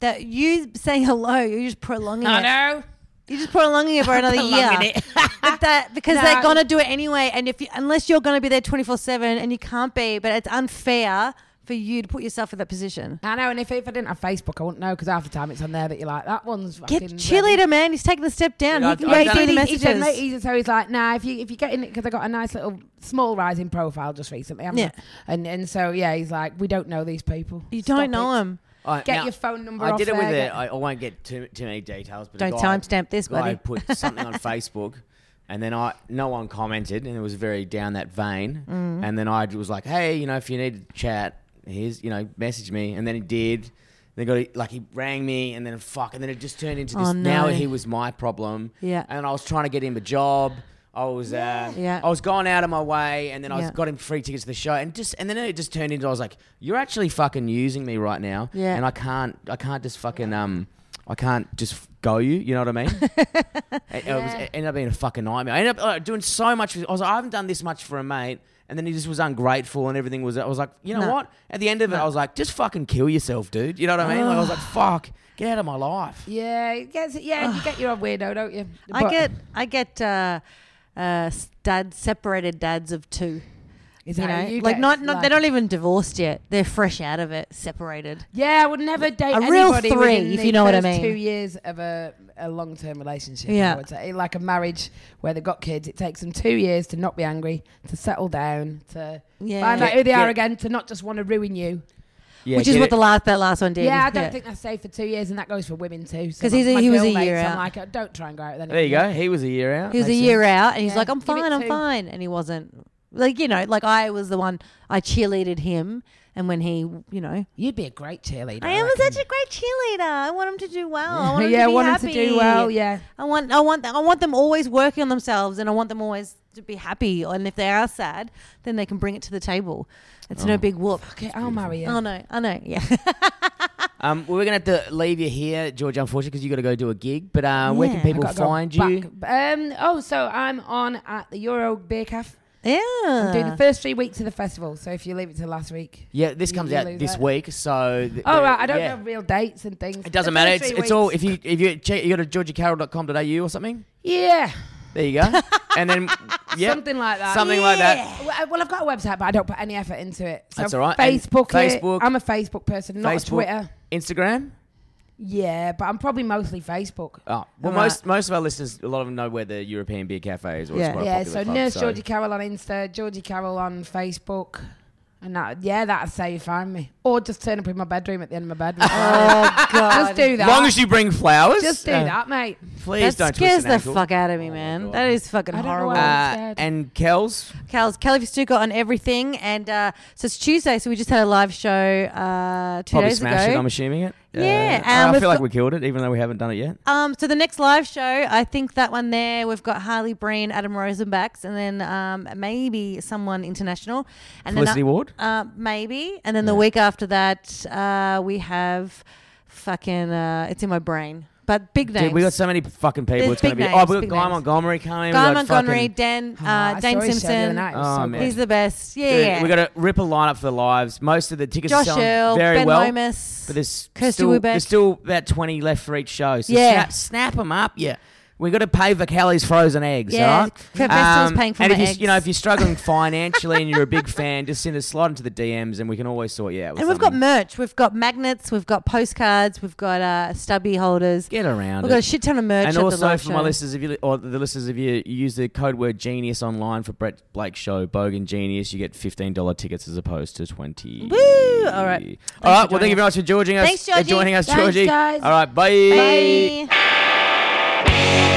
B: That you saying hello, you're just prolonging it.
A: know.
B: You're just prolonging it for another year.
A: Prolonging it.
B: but that because
A: No.
B: they're gonna do it anyway, and if you, unless you're gonna be there 24 seven, and you can't be, but it's unfair for you to put yourself in that position.
A: I know, and if, if I didn't have Facebook, I wouldn't know because half the time it's on there that you're like, that one's
B: Get
A: fucking
B: cheerleader,
A: ready.
B: man. He's taking the step down.
C: Yeah,
B: he can
C: I- I
B: go
C: don't-
B: through the
A: He- he said, mate,
B: messages.
A: he's- so he's like, nah, if you if you get in it because I got a nice little small rise in profile just recently, haven't
B: Yeah.
A: I? and and so yeah, he's like, we don't know these people.
B: You
A: Stop
B: don't know
A: it.
B: him.
C: All right,
A: Get
C: now-
A: your phone number.
C: I
A: off
C: did it with
A: there,
C: it.
A: get-
C: I, I won't get too too many details. But a
B: Don't
C: guy-
B: timestamp this,
C: guy
B: buddy.
C: put something on Facebook, and then I no one commented, and it was very down that vein.
B: Mm.
C: And then I was like, hey, you know, if you need to chat, here's you know, message me. And then he did. Then got like he rang me, and then fuck, and then it just turned into
B: Oh,
C: this. Now
B: no.
C: he was my problem.
B: Yeah.
C: and I was trying to get him a job. I was uh,
B: Yeah.
C: I was going out of my way, and then I
B: Yeah.
C: was, got him free tickets to the show, and just and then it just turned into I was like, "You're actually fucking using me right now,"
B: Yeah.
C: and I can't I can't just fucking um I can't just f- go you. You know what I mean? it, it was, it ended up being a fucking nightmare. I ended up uh, doing so much. with- I was like, I haven't done this much for a mate. And then he just was ungrateful and everything was. I was like, you know
B: No.
C: what? At the end of it, I was like, just fucking kill yourself, dude. You know what I mean? Like, I was like, fuck, get out of my life.
A: yeah, it gets it. Yeah, you get your own weirdo, don't you?
B: I
A: But-
B: get I get uh, uh, dad separated dads of two.
A: Is
B: You
A: that
B: know,
A: how you
B: like
A: get,
B: not, not they're
A: like-
B: not even divorced yet. They're fresh out of it, separated.
A: Yeah, I would never date
B: A real
A: anybody
B: three,
A: within
B: if
A: the
B: you know what I
A: first
B: mean.
A: Two years of a, a long term relationship.
B: Yeah.
A: I would say. like a marriage where they've got kids. It takes them two years to not be angry, to settle down, to
B: Yeah.
A: find out
C: Get-
A: who they
C: get-
A: are again, to not just want to ruin you.
C: Yeah,
B: Which is
C: get
B: what
C: it.
B: the last that last one did.
A: yeah, I don't think that's safe for two years, and that goes for women too.
B: 'Cause
A: so
B: he's a-
A: my
B: he was a
A: girl
B: year
A: mates,
B: out.
A: I'm like, don't try and go out with
C: There you
A: anyone.
C: go. He was a year out.
B: He was a
C: Makes
B: year
C: sense.
B: out, and he's
A: Yeah.
B: like, "I'm
A: Give it
B: fine, I'm
A: two.
B: fine," and he wasn't. Like you know, like I was the one I cheerleaded him, and when he, you know,
A: You'd be a great cheerleader.
B: I am
A: reckon.
B: such a great cheerleader. I want him to do well. I want him
A: yeah,
B: to be
A: wanted
B: happy.
A: to do well. Yeah.
B: I want, I want, I want them always working on themselves, and I want them always to be happy. And if they are sad, then they can bring it to the table. It's
C: Oh.
B: no big whoop.
A: Okay, I'll marry you.
B: Oh no, I know. Yeah.
C: Um, well, we're gonna have to leave you here, George, unfortunately, because you got to go do a gig. But uh, where
B: Yeah.
C: can
B: I
C: people
A: Gotta go
C: find
A: back.
C: you?
A: Um, oh, so I'm on at the Euro Beer Cafe.
B: yeah.
A: I'm
B: Ah.
A: doing the first three weeks of the festival. So if you leave it to last week.
C: Yeah, this
A: You-
C: comes
A: you
C: out
A: lose
C: this
A: that.
C: week, so th-
A: Oh,
C: the-
A: right. I don't
C: Uh, yeah.
A: know real dates and things.
C: It doesn't
A: The
C: matter.
A: first
C: It's,
A: three
C: it's all
A: weeks.
C: if you if you check you go to georgiecarroll.com.au or something.
A: Yeah.
C: There you go. and then yeah, something,
A: Something like that.
C: like that.
A: Well, I- well, I've got a website, but I don't put any effort into it. So
C: That's all right. And
A: Facebook. it.
C: Facebook-
A: I'm a Facebook person, not
C: Facebook.
A: a Twitter.
C: Instagram.
A: Yeah, but I'm probably mostly Facebook.
C: Oh, well,
B: All
C: most most of our listeners, a lot of them know where the European beer cafe is. Or
B: Yeah.
C: it's quite a
A: yeah,
C: popular
A: so
C: club,
A: Nurse
C: so-
A: Georgie Carroll on Insta, Georgie Carroll on Facebook. And that, yeah, that's how you find me. Or just turn up in my bedroom at the end of my bed.
B: Oh god.
A: just do that.
C: Long as you bring flowers.
A: just do
C: Uh,
A: that, mate.
C: Please
B: That
C: don't
B: scares
C: twist an
B: the
C: ankle.
B: fuck out of me,
C: Oh my
B: man.
C: God.
B: That is fucking
A: I don't know
B: horrible.
A: why-
C: Uh,
A: scared.
C: and Kels.
B: Cal's Kelly Stuka on everything, and uh, so it's Tuesday, so we just had a live show uh, two
C: Probably
B: days
C: smash
B: ago.
C: it, I'm assuming it.
B: Yeah,
C: Uh,
B: um,
C: I
B: we've
C: feel like
B: got-
C: we killed it, even though we haven't done it yet.
B: Um, so the next live show, I think that one there, we've got Harley Breen, Adam Rosenbachs, and then um, maybe someone international. And
C: Felicity
B: then, uh,
C: Ward?
B: Uh, maybe. And then the week after that, uh, we have fucking, uh, it's in my brain. But big names.
C: Dude, we got so many fucking people.
B: There's
C: it's gonna
B: big
C: be. oh,
B: names,
C: we got
B: big
C: Guy
B: names.
C: Montgomery coming.
B: Guy
C: we got
B: Montgomery,
C: fucking-
B: Dan,
A: Ah,
B: uh,
A: I
B: Dane
A: saw his show the other
B: Simpson.
A: night. It was
C: Oh,
A: so
C: man.
A: good.
B: He's the best. Yeah,
C: Dude,
B: yeah.
C: We got to rip a lineup for the lives. Most of the tickets are
B: Josh
C: selling
B: Earl,
C: very
B: Ben
C: well,
B: Lomas.
C: but there's
B: Kirsty
C: still
B: Wibeck.
C: there's still about twenty left for each show. So
B: Yeah.
C: snap, snap them up. Yeah, we got to pay for Callie's frozen eggs.
B: Yeah,
C: all right?
B: Kev Vestal's paying for
C: Um, and
B: my
C: if you,
B: eggs.
C: You know, if you're struggling financially and you're a big fan, just send a slide into the DMs and we can always sort you out. with
B: and we've got
C: something.
B: merch. We've got magnets. We've got postcards. We've got uh, stubby holders.
C: get around.
B: We've got a
C: it.
B: shit ton of merch.
C: and
B: at the
C: also
B: live
C: for my
B: show.
C: listeners, if you li- or the listeners, if you, you use the code word genius online for Brett Blake's show Bogan Genius, you get fifteen dollar tickets as opposed to twenty.
B: Woo! All right. Thanks
C: all right. Well, thank
B: for joining
C: you very much for joining us.
B: Thanks, Georgie.
C: uh, joining us,
A: Thanks,
C: Georgie.
A: guys.
C: All right,
B: Bye.